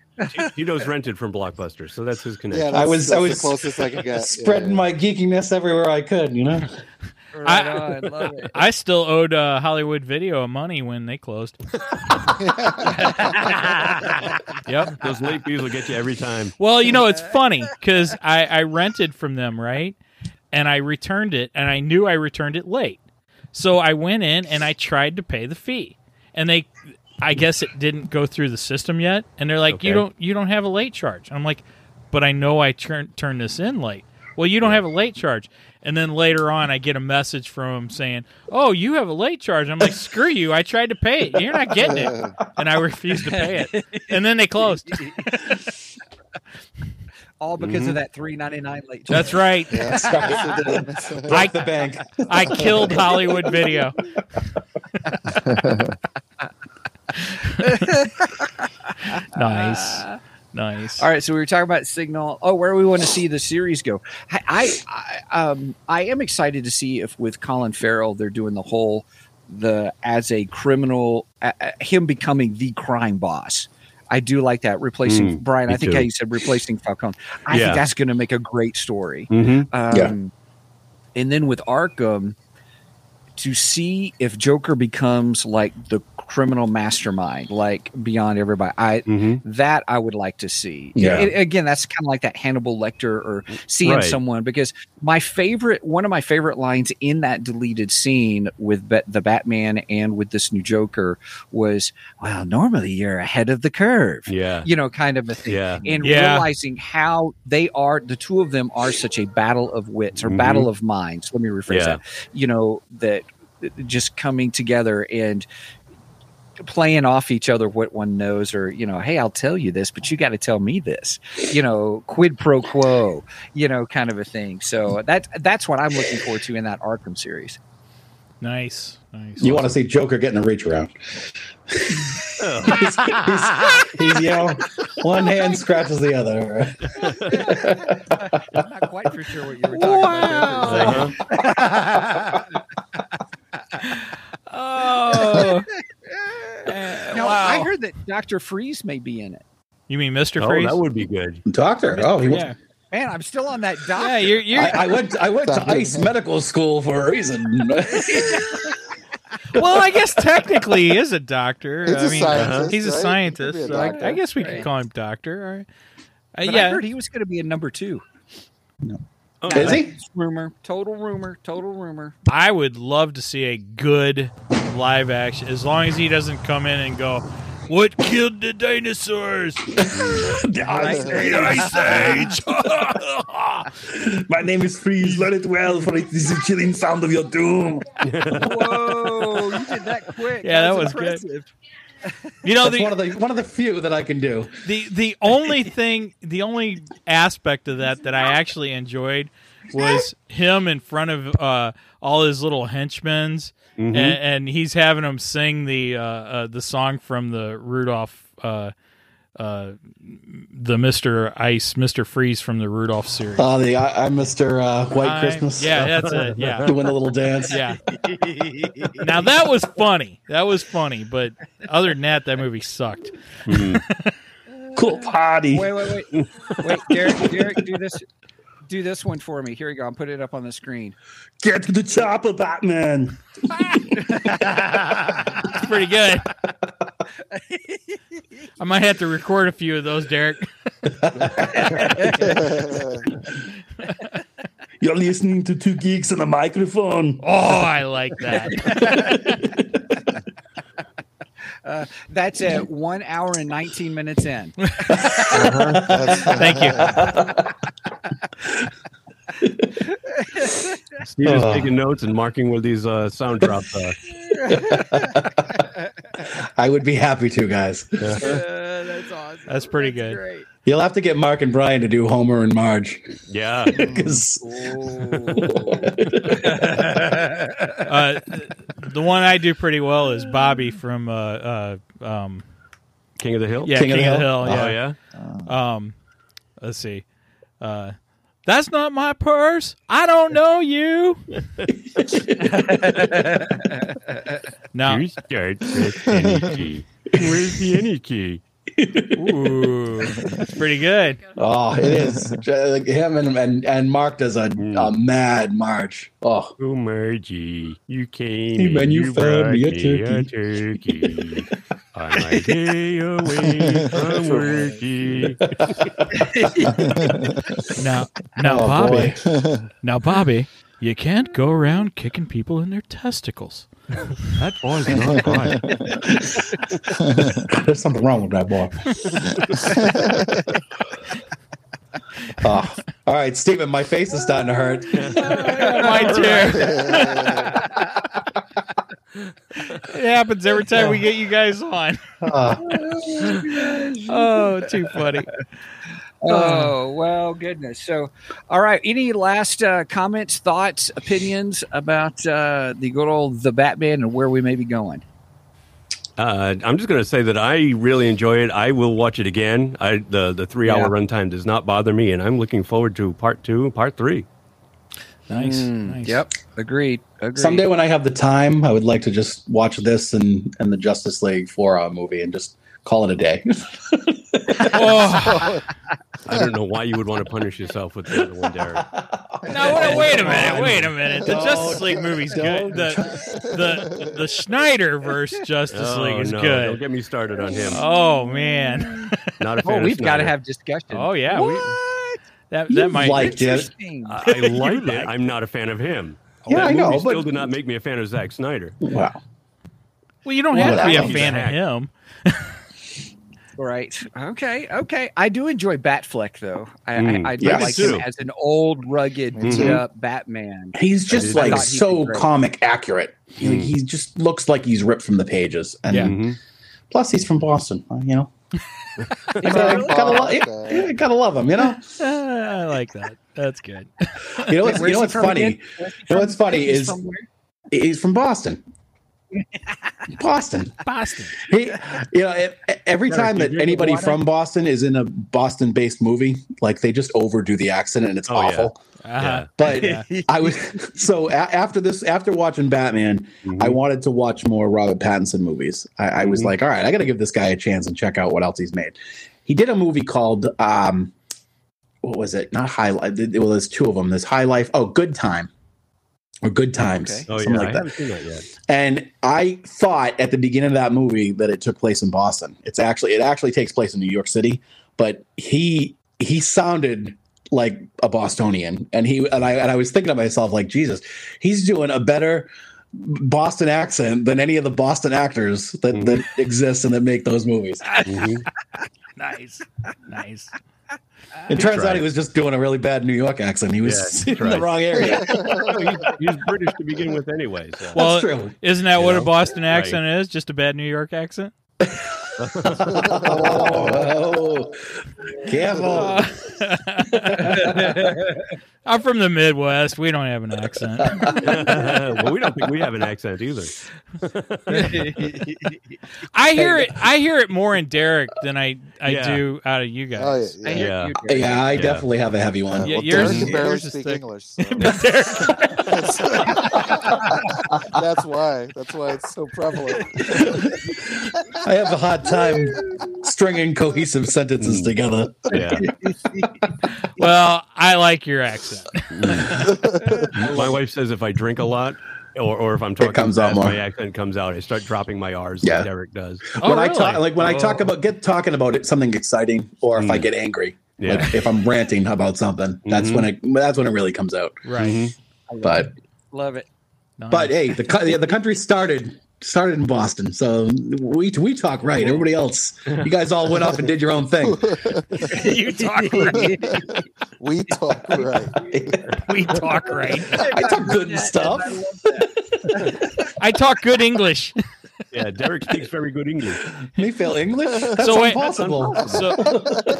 Tito's rented from Blockbuster, so that's his connection.
yeah, that's,
I was-
that's
I
the
was
closest I could get.
Spreading my geekiness everywhere I could, you know.
Right
I-
on, love it.
I still owed uh, Hollywood Video money when they closed. yep.
Those late fees will get you every time.
Well, you know, it's funny because I, I rented from them, right? And I returned it, and I knew I returned it late. So I went in and I tried to pay the fee. And they, I guess it didn't go through the system yet. And they're like, you
Okay.
don't, you don't have a late charge. And I'm like, but I know I turn turned this in late. Well, you don't have a late charge. And then later on, I get a message from them saying, "Oh, you have a late charge." I'm like, "Screw you! I tried to pay it. You're not getting it." And I refused to pay it. And then they closed.
All because of that three ninety nine late.
That's right.
Broke
I-
the bank.
I killed Hollywood Video. nice, nice.
All right, so we were talking about Signal. Oh, where we want to see the series go? I, I, I, um, I am excited to see if with Colin Farrell they're doing the whole the as a criminal, uh, uh, him becoming the crime boss. I do like that replacing
Mm,
Brian.
me
I think
too.
how you said replacing Falcone. I
Yeah.
think that's going to make a great story.
Mm-hmm.
Um,
Yeah.
And then with Arkham, to see if Joker becomes like the criminal mastermind, like beyond everybody. I
Mm-hmm.
that I would like to see.
Yeah.
And again, that's kind of like that Hannibal Lecter or seeing
Right.
someone because my favorite, one of my favorite lines in that deleted scene with Bat- the Batman and with this new Joker was, "Well, normally you're ahead of the curve."
Yeah.
You know, kind of a thing.
Yeah.
And
Yeah.
realizing how they are, the two of them are such a battle of wits or
Mhm.
battle of minds. Let me rephrase
Yeah.
that. You know, that just coming together and playing off each other what one knows or you know hey i'll tell you this but you got to tell me this you know quid pro quo you know kind of a thing so that that's what i'm looking forward to in that arkham series
nice, nice.
You want to see Joker getting a reach around? he's, he's- he's, you know, one hand scratches the other.
i'm not quite for sure what you were talking about there for a
Uh-huh.
Oh,
Oh. Eh,
second. no, i heard that dr freeze may be in it
you mean Mister
Oh,
Freeze?
that would be good.
Doctor, oh, he went.
yeah,
man i'm still on that doctor
yeah. You're, you're,
I, I went. I went to
Doctor.
ICE Medical School for a reason.
well, I guess technically he is a doctor.
He's
I
a
mean,
scientist,
he's a
right? He could
scientist.
be a
so I-
doctor.
I, guess we could call him doctor. All right. Uh,
But
yeah.
i heard he was going to be in number two
Oh,
Is he?
rumor total rumor total rumor
I would love to see a good live action, as long as he doesn't come in and go, "What killed the dinosaurs?"
Ice Age. My name is Freeze. Learn it well, for it is the chilling sound of your doom.
whoa you did that quick
Yeah, that was good. You know,
That's one
the,
of the one of the few that I can do.
the the only thing, the only aspect of that that I actually enjoyed was him in front of uh, all his little henchmen's,
Mm-hmm.
and, and he's having them sing the uh, uh, the song from the Rudolph. Uh, uh, the Mister Ice, Mister Freeze from the Rudolph series.
Uh, the I, I'm Mr. Uh, White
I'm-
Christmas.
Yeah, that's it. Yeah.
doing a little dance.
Yeah. now that was funny. That was funny, but other than that, that movie sucked.
Cool party.
Wait, wait, wait, wait, Derek, Derek, do this, do this one for me. Here you go. I'm putting it up on the screen.
Get to the chopper, Batman.
It's pretty good. I might have to record a few of those, Derek.
You're listening to two geeks and a microphone.
Oh, I like that.
That's at one hour and
Uh,
19 minutes in.
That's-
Thank you.
You're just taking notes and marking where these uh, sound drops are.
I would be happy to, guys.
Uh, that's awesome.
That's pretty good.
Great.
You'll have to get Mark and Brian to do Homer and Marge
Yeah.
because
Uh, the one I do pretty well is Bobby from uh, uh, um,
King of the Hill?
yeah, King, of the Hill. Uh-huh.
Oh,
yeah.
yeah.
Um, let's see. Uh, that's not my purse. I don't know you. no.
You start with any key. Where's the any key?
Ooh, that's pretty good.
oh, it is Mm. like him and and, and Mark does a, a mad march. Oh,
Oh, Margie, you came
Hey,
and
man, you found
brought
me a
turkey. On my day away from working.
Now, now,
Oh,
Bobby.
boy.
Now, Bobby. You can't go around kicking people in their testicles.
That boy's not right.
there's something wrong with that boy. oh. All right, Stephen, my face is starting to hurt.
Mine too. It happens every time we get you guys on. oh, too funny. Uh,
Oh well, goodness. So, all right. Any last uh, comments, thoughts, opinions about uh, the good old the Batman and where we may be going?
Uh, I'm just going to say that I really enjoy it. I will watch it again. I, the the three hour
Yeah.
runtime does not bother me, and I'm looking forward to part two, and part three.
Nice.
Mm,
nice.
Yep. Agreed. Agreed.
Someday when I have the time, I would like to just watch this and and the Justice League four hour movie and just call it a day.
Oh,
I don't know why you would want to punish yourself with the other one, Derek.
now Oh, wait, wait a minute.
on.
Wait a minute. The
Don't-
Justice League movie's good.
don't
The the the Schneider verse Justice
Oh,
League is
no, Don't
good.
get me started on him.
Oh man.
Not a fan.
Oh,
of
we've got to
Snyder.
have discussion.
Oh yeah. We, that
You
that might
like- Yeah.
Interesting.
I I liked it. I'm not a fan of him.
Yeah,
that
I know,
movie
but-
still did not make me a fan of Zack Snyder.
wow.
Well, you don't
Well,
have to be a
that-
fan of him.
Right. Okay. Okay. I do enjoy Batfleck though. I,
Mm.
I, I do
Yeah, me
like
too.
him as an old, rugged,
Me
beat
too.
up Batman.
He's just
I
like
thought he'd be
so
great. Hmm.
comic accurate. He-
Mm.
He just looks like he's ripped from the pages. And
Yeah.
Mhm.
plus, he's from Boston. uh, You know, gotta, gotta, lo- yeah, yeah, gotta love him. You know,
Ah, I like that. That's good.
you know what's,
Where's
you know
he
what's
from
funny.
again?
You know what's funny
He's
is
from where?
he's from Boston. Boston.
Boston.
He, you know, e- e- every time that anybody from Boston is in a Boston-based movie, like they just overdo the accent and it's
Oh, yeah.
awful.
Uh-huh.
But
Yeah.
I was so a- after this, after watching Batman,
Mhm.
I wanted to watch more Robert Pattinson movies. I, I was
Mhm.
like, all right, I got to give this guy a chance and check out what else he's made. He did a movie called, um, what was it? Not High Life. Well, there's two of them. There's High Life. Oh, Good Time. Or Good Times.
Okay.
Oh
something
yeah, I
like that.
haven't seen that yet.
And I thought at the beginning of that movie that it took place in Boston. It's actually it actually takes place in New York City, but he he sounded like a Bostonian, and he and I and I was thinking to myself like Jesus, he's doing a better Boston accent than any of the Boston actors that
Mm.
that exist and that make those movies.
Mhm.
Nice. Nice.
It turns out
tried.
he was just doing a really bad New York accent. He was
Yeah, he
in the
tried.
wrong area.
He was British to begin with, anyway. So.
Well,
That's true.
Isn't that
You
what a
know?
Boston
Right.
accent is? Just a bad New York accent?
Oh, careful.
I'm from the Midwest. We don't have an accent.
well, we don't think we have an accent either.
I hear it. I hear it more in Derek than I I
Yeah.
do out of you
Oh, yeah,
guys.
yeah.
Yeah.
You do.
Yeah, I
Yeah.
definitely have a heavy one.
Yeah,
well,
yours
Derek
is-
can barely
yours is
speak
thick.
English, so
Derek,
that's why. That's why it's so prevalent.
I have a hard time stringing cohesive
Hmm.
sentences together.
Yeah.
well, I like your accent.
My wife says if I drink a lot or, or if I'm talking,
comes out
fast,
more.
My accent comes out. I start dropping my R's.
Yeah.
like Derek does.
Oh,
when I
really?
talk, like when I talk
Oh.
about get talking about it, something exciting, or if I
Mm.
get angry,
Yeah.
like if I'm ranting about something, that's
Mhm.
when it that's when it really comes out.
right.
Mhm.
But
Love it.
Nice.
but hey, the cou- yeah, the country started started in Boston, so we we talk right. Everybody else, you guys all went off and did your own thing.
you talk right.
we talk right.
We talk right.
I talk good stuff.
I talk good English.
Yeah, Derek speaks very good English.
Me fail English? That's
So wait-
impossible.
So,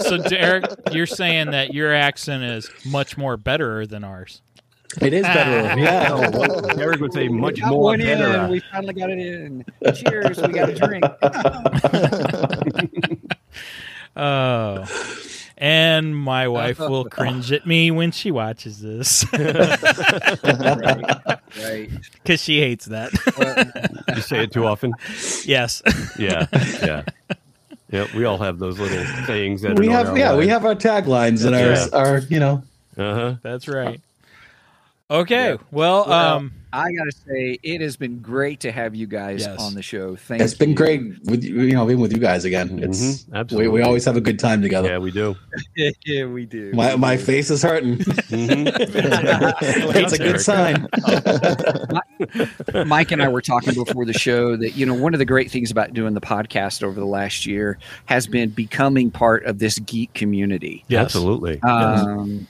so Derek, you're saying that your accent is much more better than ours.
it is better. Yeah.
No, what Derek would say much
Got
more
one in.
better. uh,
We finally got it in. Cheers. We got a drink.
Oh. And my wife will cringe at me when she watches this
Right.
because she hates that.
You say it too often.
yes.
Yeah, yeah, yeah. We all have those little sayings that
We
are
have yeah, we have our taglines and our
Yeah.
our you know
Uh huh.
That's right. Okay. Well, um,
I gotta say, it has been great to have you guys
Yes.
on the show. Thank
it's been
you.
great with you you know being with you guys again. It's
Mhm,
we,
absolutely.
we always have a good time together.
Yeah, we do.
yeah, we do.
My my face is hurting.
Mm-hmm.
That's a good sign.
Mike and I were talking before the show that you know one of the great things about doing the podcast over the last year has been becoming part of this geek community
Yes.
Absolutely.
um,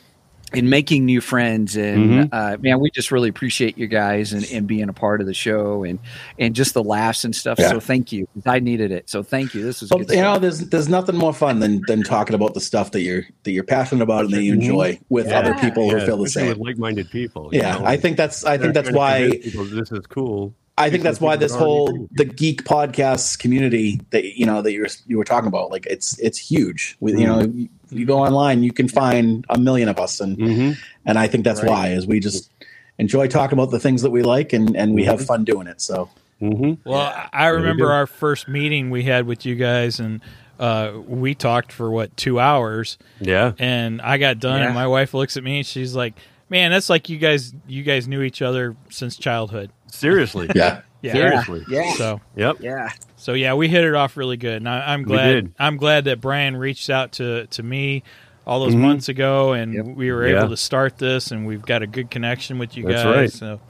and making new friends.
Mm-hmm.
And uh, man, we just really appreciate you guys and, and being a part of the show and and just the laughs and stuff.
Yeah.
So thank you. I needed it. So thank you. This was
Well,
good.
you know,
stuff.
there's there's nothing more fun than than talking about the stuff that you're that you're passionate about and that you enjoy with
Yeah.
other people
Mm-hmm. Yeah,
who feel the
especially
same.
with like-minded people. you
Yeah,
know,
I think that's I think
they're
that's
trying to
why
convince people that this is cool.
I think that's why
People
this
already
whole
do.
the geek podcast community that you know that you were you were talking about like it's it's huge. With you know you, you go online, you can find a million of us, and
Mm-hmm.
and I think that's why is we just enjoy talking about the things that we like and and we have fun doing it. So
Mm-hmm.
well, I I
we
remember
do.
our first meeting we had with you guys, and uh, we talked for what two hours,
Yeah.
and I got done,
Yeah.
and my wife looks at me, and she's like, "Man, that's like you guys. You guys knew each other since childhood."
Seriously.
yeah,
Yeah.
Seriously.
yeah,
So,
Yep.
yeah,
so yeah, we hit it off really good, and I, I'm
We
glad.
did.
I'm glad that Brian reached out to to me all those
Mhm.
months ago, and
Yep.
we were
Yeah.
able to start this, and we've got a good connection with you
That's
guys.
right.
So,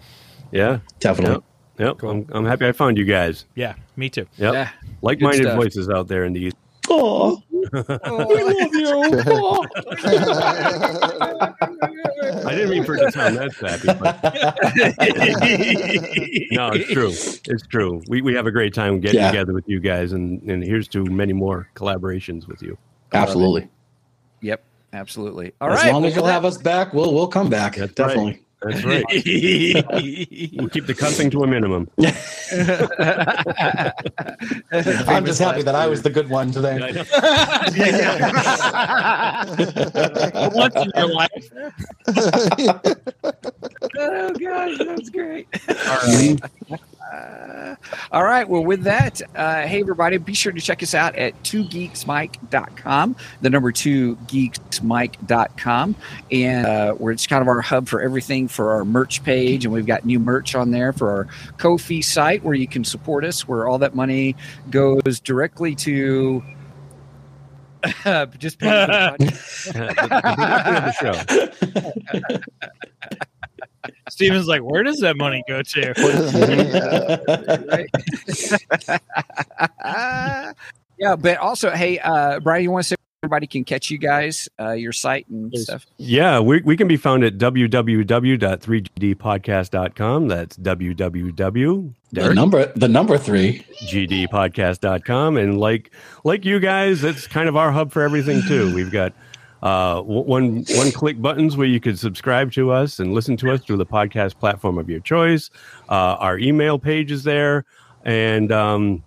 Yeah.
definitely.
Yep. Yep. I'm, I'm happy I found you guys.
yeah, me too.
Yep.
yeah. Good
Like-minded
stuff.
voices out there in the East.
Oh,
I didn't mean for it to sound that sappy, but no, it's true. It's true. We, we have a great time getting
Yeah.
together with you guys, and, and here's to many more collaborations with you.
absolutely.
Yep, absolutely. All right.
as long as
well,
you'll have us back, we'll we'll come back.
That's
definitely.
That's right. we keep the cussing to a minimum.
I'm just happy that I was the good one today.
Once in your life.
Oh gosh, that was great. All right. Uh, all right. Well, with that, uh, hey everybody, be sure to check us out at twogeeksmike.com, the number two geeksmike.com. And uh, where it's kind of our hub for everything for our merch page. And we've got new merch on there for our Kofi site where you can support us, where all that money goes directly to just paying for the podcast.
the show.
Steven's like, where does that money go to?
Ah. yeah, but also, hey, uh, Brian, you want to say where everybody can catch you guys, uh, your site and
Please.
stuff?
Yeah, we, we can be found at www.3gdpodcast.com. That's
The
www.
number the number three.
gdpodcast.com and like like you guys that's kind of our hub for everything too we've got uh, w- one one click buttons where you could subscribe to us and listen to us through the podcast platform of your choice uh, our email page is there and um,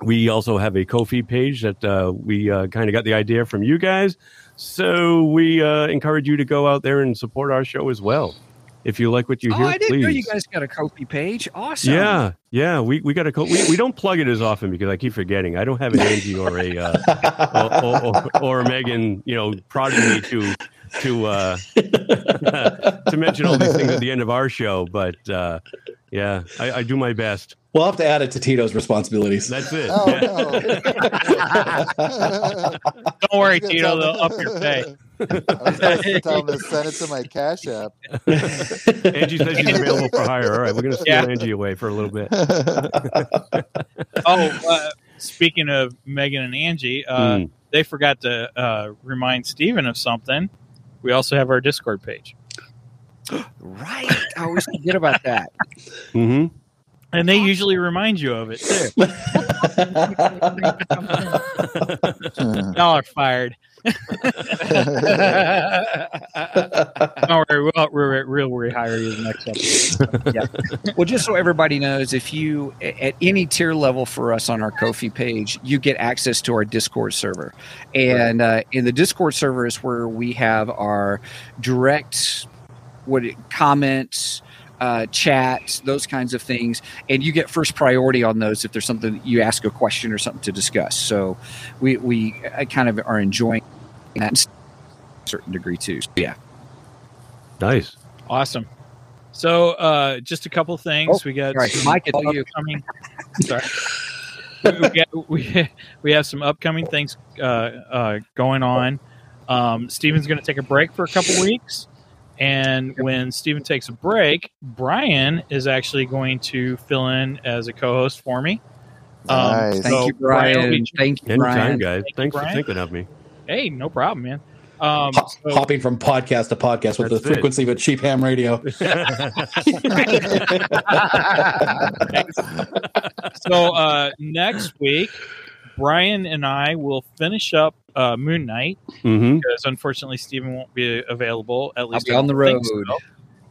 we also have a Kofi page that uh, we uh, kind of got the idea from you guys. So we uh, encourage you to go out there and support our show as well. If you like what you
oh,
hear,
I didn't
please.
know you guys got a Kofi page. Awesome.
Yeah, yeah. We we got a co- we, we don't plug it as often because I keep forgetting. I don't have an Angie or a uh, or, or, or, or Megan, you know, prodding me to to uh, to mention all these things at the end of our show. But uh, yeah, I, I do my best.
We'll have to add it to Tito's responsibilities.
That's it.
Oh
Yeah.
no.
Don't worry, Tito, they'll up your pay.
I was supposed to tell him to send it to my Cash App.
Angie says she's available for hire. All right, we're going to steal
Yeah.
Angie away for a little bit.
Oh, uh, speaking of Megan and Angie, uh,
Mm.
they forgot to uh, remind Steven of something. We also have our Discord page.
Right. I always forget about that.
hmm
And they usually remind you of it too. Y'all are fired. Don't worry, we'll, we'll, we'll rehire you the next episode.
Well, just so everybody knows, if you a- at any tier level for us on our Kofi page, you get access to our Discord server, and uh, in the Discord server is where we have our direct what it, comments. Uh, chats, those kinds of things, and you get first priority on those if there's something that you ask a question or something to discuss. So, we we uh, kind of are enjoying that to a certain degree too. So, yeah,
Nice.
Awesome. So, uh, just a couple things.
Oh,
we got
all right,
some
Mike, it's all you.
upcoming. Sorry. we, got, we, we have some upcoming things uh, uh, going on. Um, Steven's going to take a break for a couple weeks. And when Steven takes a break, Brian is actually going to fill in as a co host for me. Um,
Nice.
thank
so
you, Brian.
will be-
Thank you,
Anytime,
Brian.
guys.
Thank you,
Thanks for
Brian.
thinking of me.
hey, no problem, man. Um,
Hop-
so-
hopping from podcast to podcast with
That's
the
it.
frequency of a cheap ham radio.
Mm-hmm,
so uh, next week, Brian and I will finish up uh, Moon Knight
hmm
because unfortunately Steven won't be available. At least
be
I
on the
don't think
road.
so.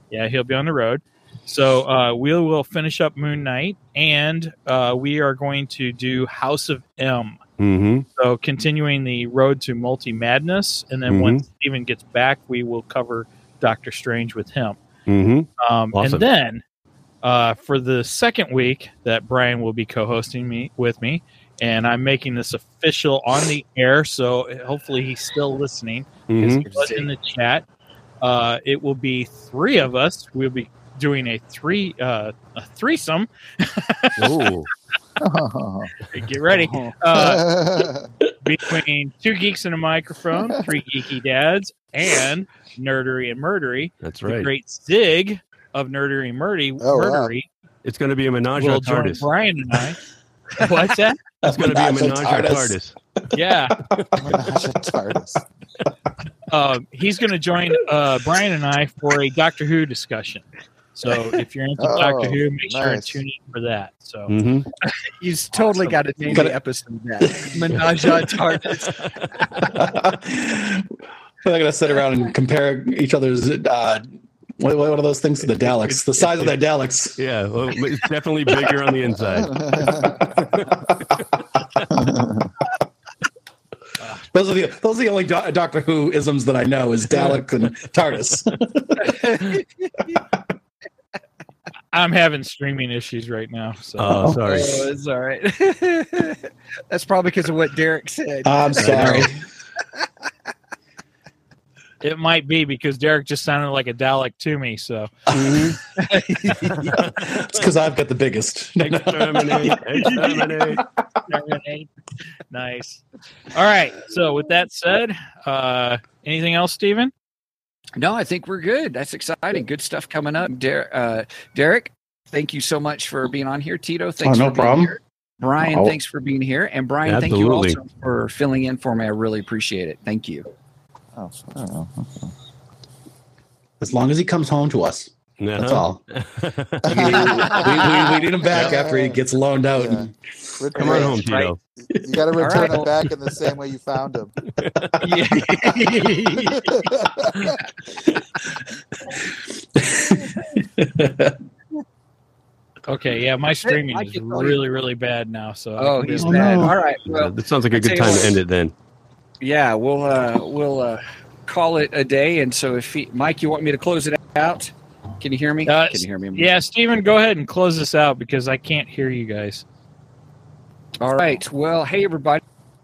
Yeah, he'll be on the road. So uh, we will finish up Moon Knight, and uh, we are going to do House of M.
hmm
So continuing the road to multi madness, and
Mm-hmm.
then when Steven gets back, we will cover Doctor Strange with him.
hmm
Um,
Awesome.
And then uh, for the second week that Brian will be co-hosting me with me, and I'm making this official on the air, so hopefully he's still listening.
Mm-hmm.
'cause
hmm
He was in the chat. Uh, it will be three of us. We'll be doing a three uh, a threesome.
Ooh.
Get ready. Uh, between two geeks and a microphone, three geeky dads, and nerdery and murdery,
That's
the
right.
great zig of nerdery and murdery,
Oh, wow.
murdery
It's going to be a menage
will
a
join
TARDIS.
Brian and I. What's that?
It's going to be a menage a TARDIS.
Yeah,
TARDIS.
um, he's going to join uh, Brian and I for a Doctor Who discussion. So if you're into
Oh,
Doctor Who, make sure and
nice.
tune in for that. So
hmm
He's totally got to name
Gotta-
the episode that Menage a Tardis.
We're not going to sit around and compare each other's. Uh, what, what are those things? The Daleks. The size of their Daleks.
Yeah, well, it's definitely bigger on the inside.
Those are the those are the only Do- Doctor Who isms that I know is Dalek and TARDIS.
I'm having streaming issues right now. So
Oh, sorry.
Oh, it's all right. That's probably because of what Derek said.
I'm sorry.
it might be because Derek just sounded like a Dalek to me. So
It's because I've got the biggest.
Exterminate, exterminate.
nice. All right. So with that said, uh, anything else, Steven?
No, I think we're good. That's exciting. Good stuff coming up. Der- uh, Derek, thank you so much for being on here. Tito, thanks
Oh, no
for being
problem.
here. Brian,
Oh.
thanks for being here. And Brian,
Absolutely.
thank you also for filling in for me. I really appreciate it. Thank you.
Oh, oh, okay.
As long as he comes home to us, that's
Uh-huh.
all. We, we, we- we need him back
Yeah.
after he gets loaned out.
Yeah.
Come on home,
Right.
Tito.
You got to return
right.
it back in the same way you found him.
Okay. Yeah, my streaming
I
is
can tell you-
really, really bad now. So I
Oh,
can
he's
Oh,
mad.
no.
All right.
Uh,
Well,
that sounds like a
I tell
good
you
time
what.
to end it then.
yeah, we'll uh, we'll uh, call it a day. And so, if he, Mike, you want me to close it out? Can you hear me?
Uh,
Can you hear me?
Yeah, Steven, go ahead and close this out because I can't hear you guys.
All right. Well, hey, everybody.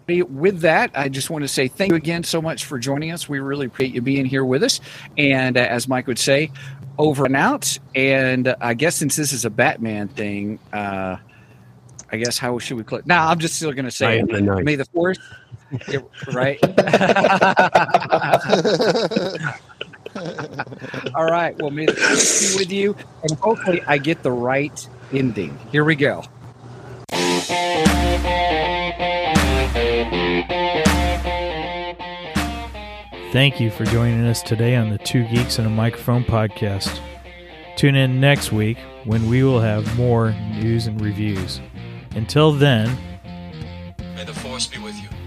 With that, I just want to say thank you again so much for joining us. We really appreciate you being here with us. And uh, as Mike would say, over and out. And uh, I guess since this is a Batman thing, uh, I guess how should we close? Now, I'm just still going to
I
say
am the ninth.
May the Fourth. right? All right. Well, may the force be with you, and hopefully, I get the right ending. Here we go.
Thank you for joining us today on the Two Geeks and a Microphone podcast. Tune in next week when we will have more news and reviews. Until then,
May the force be with you.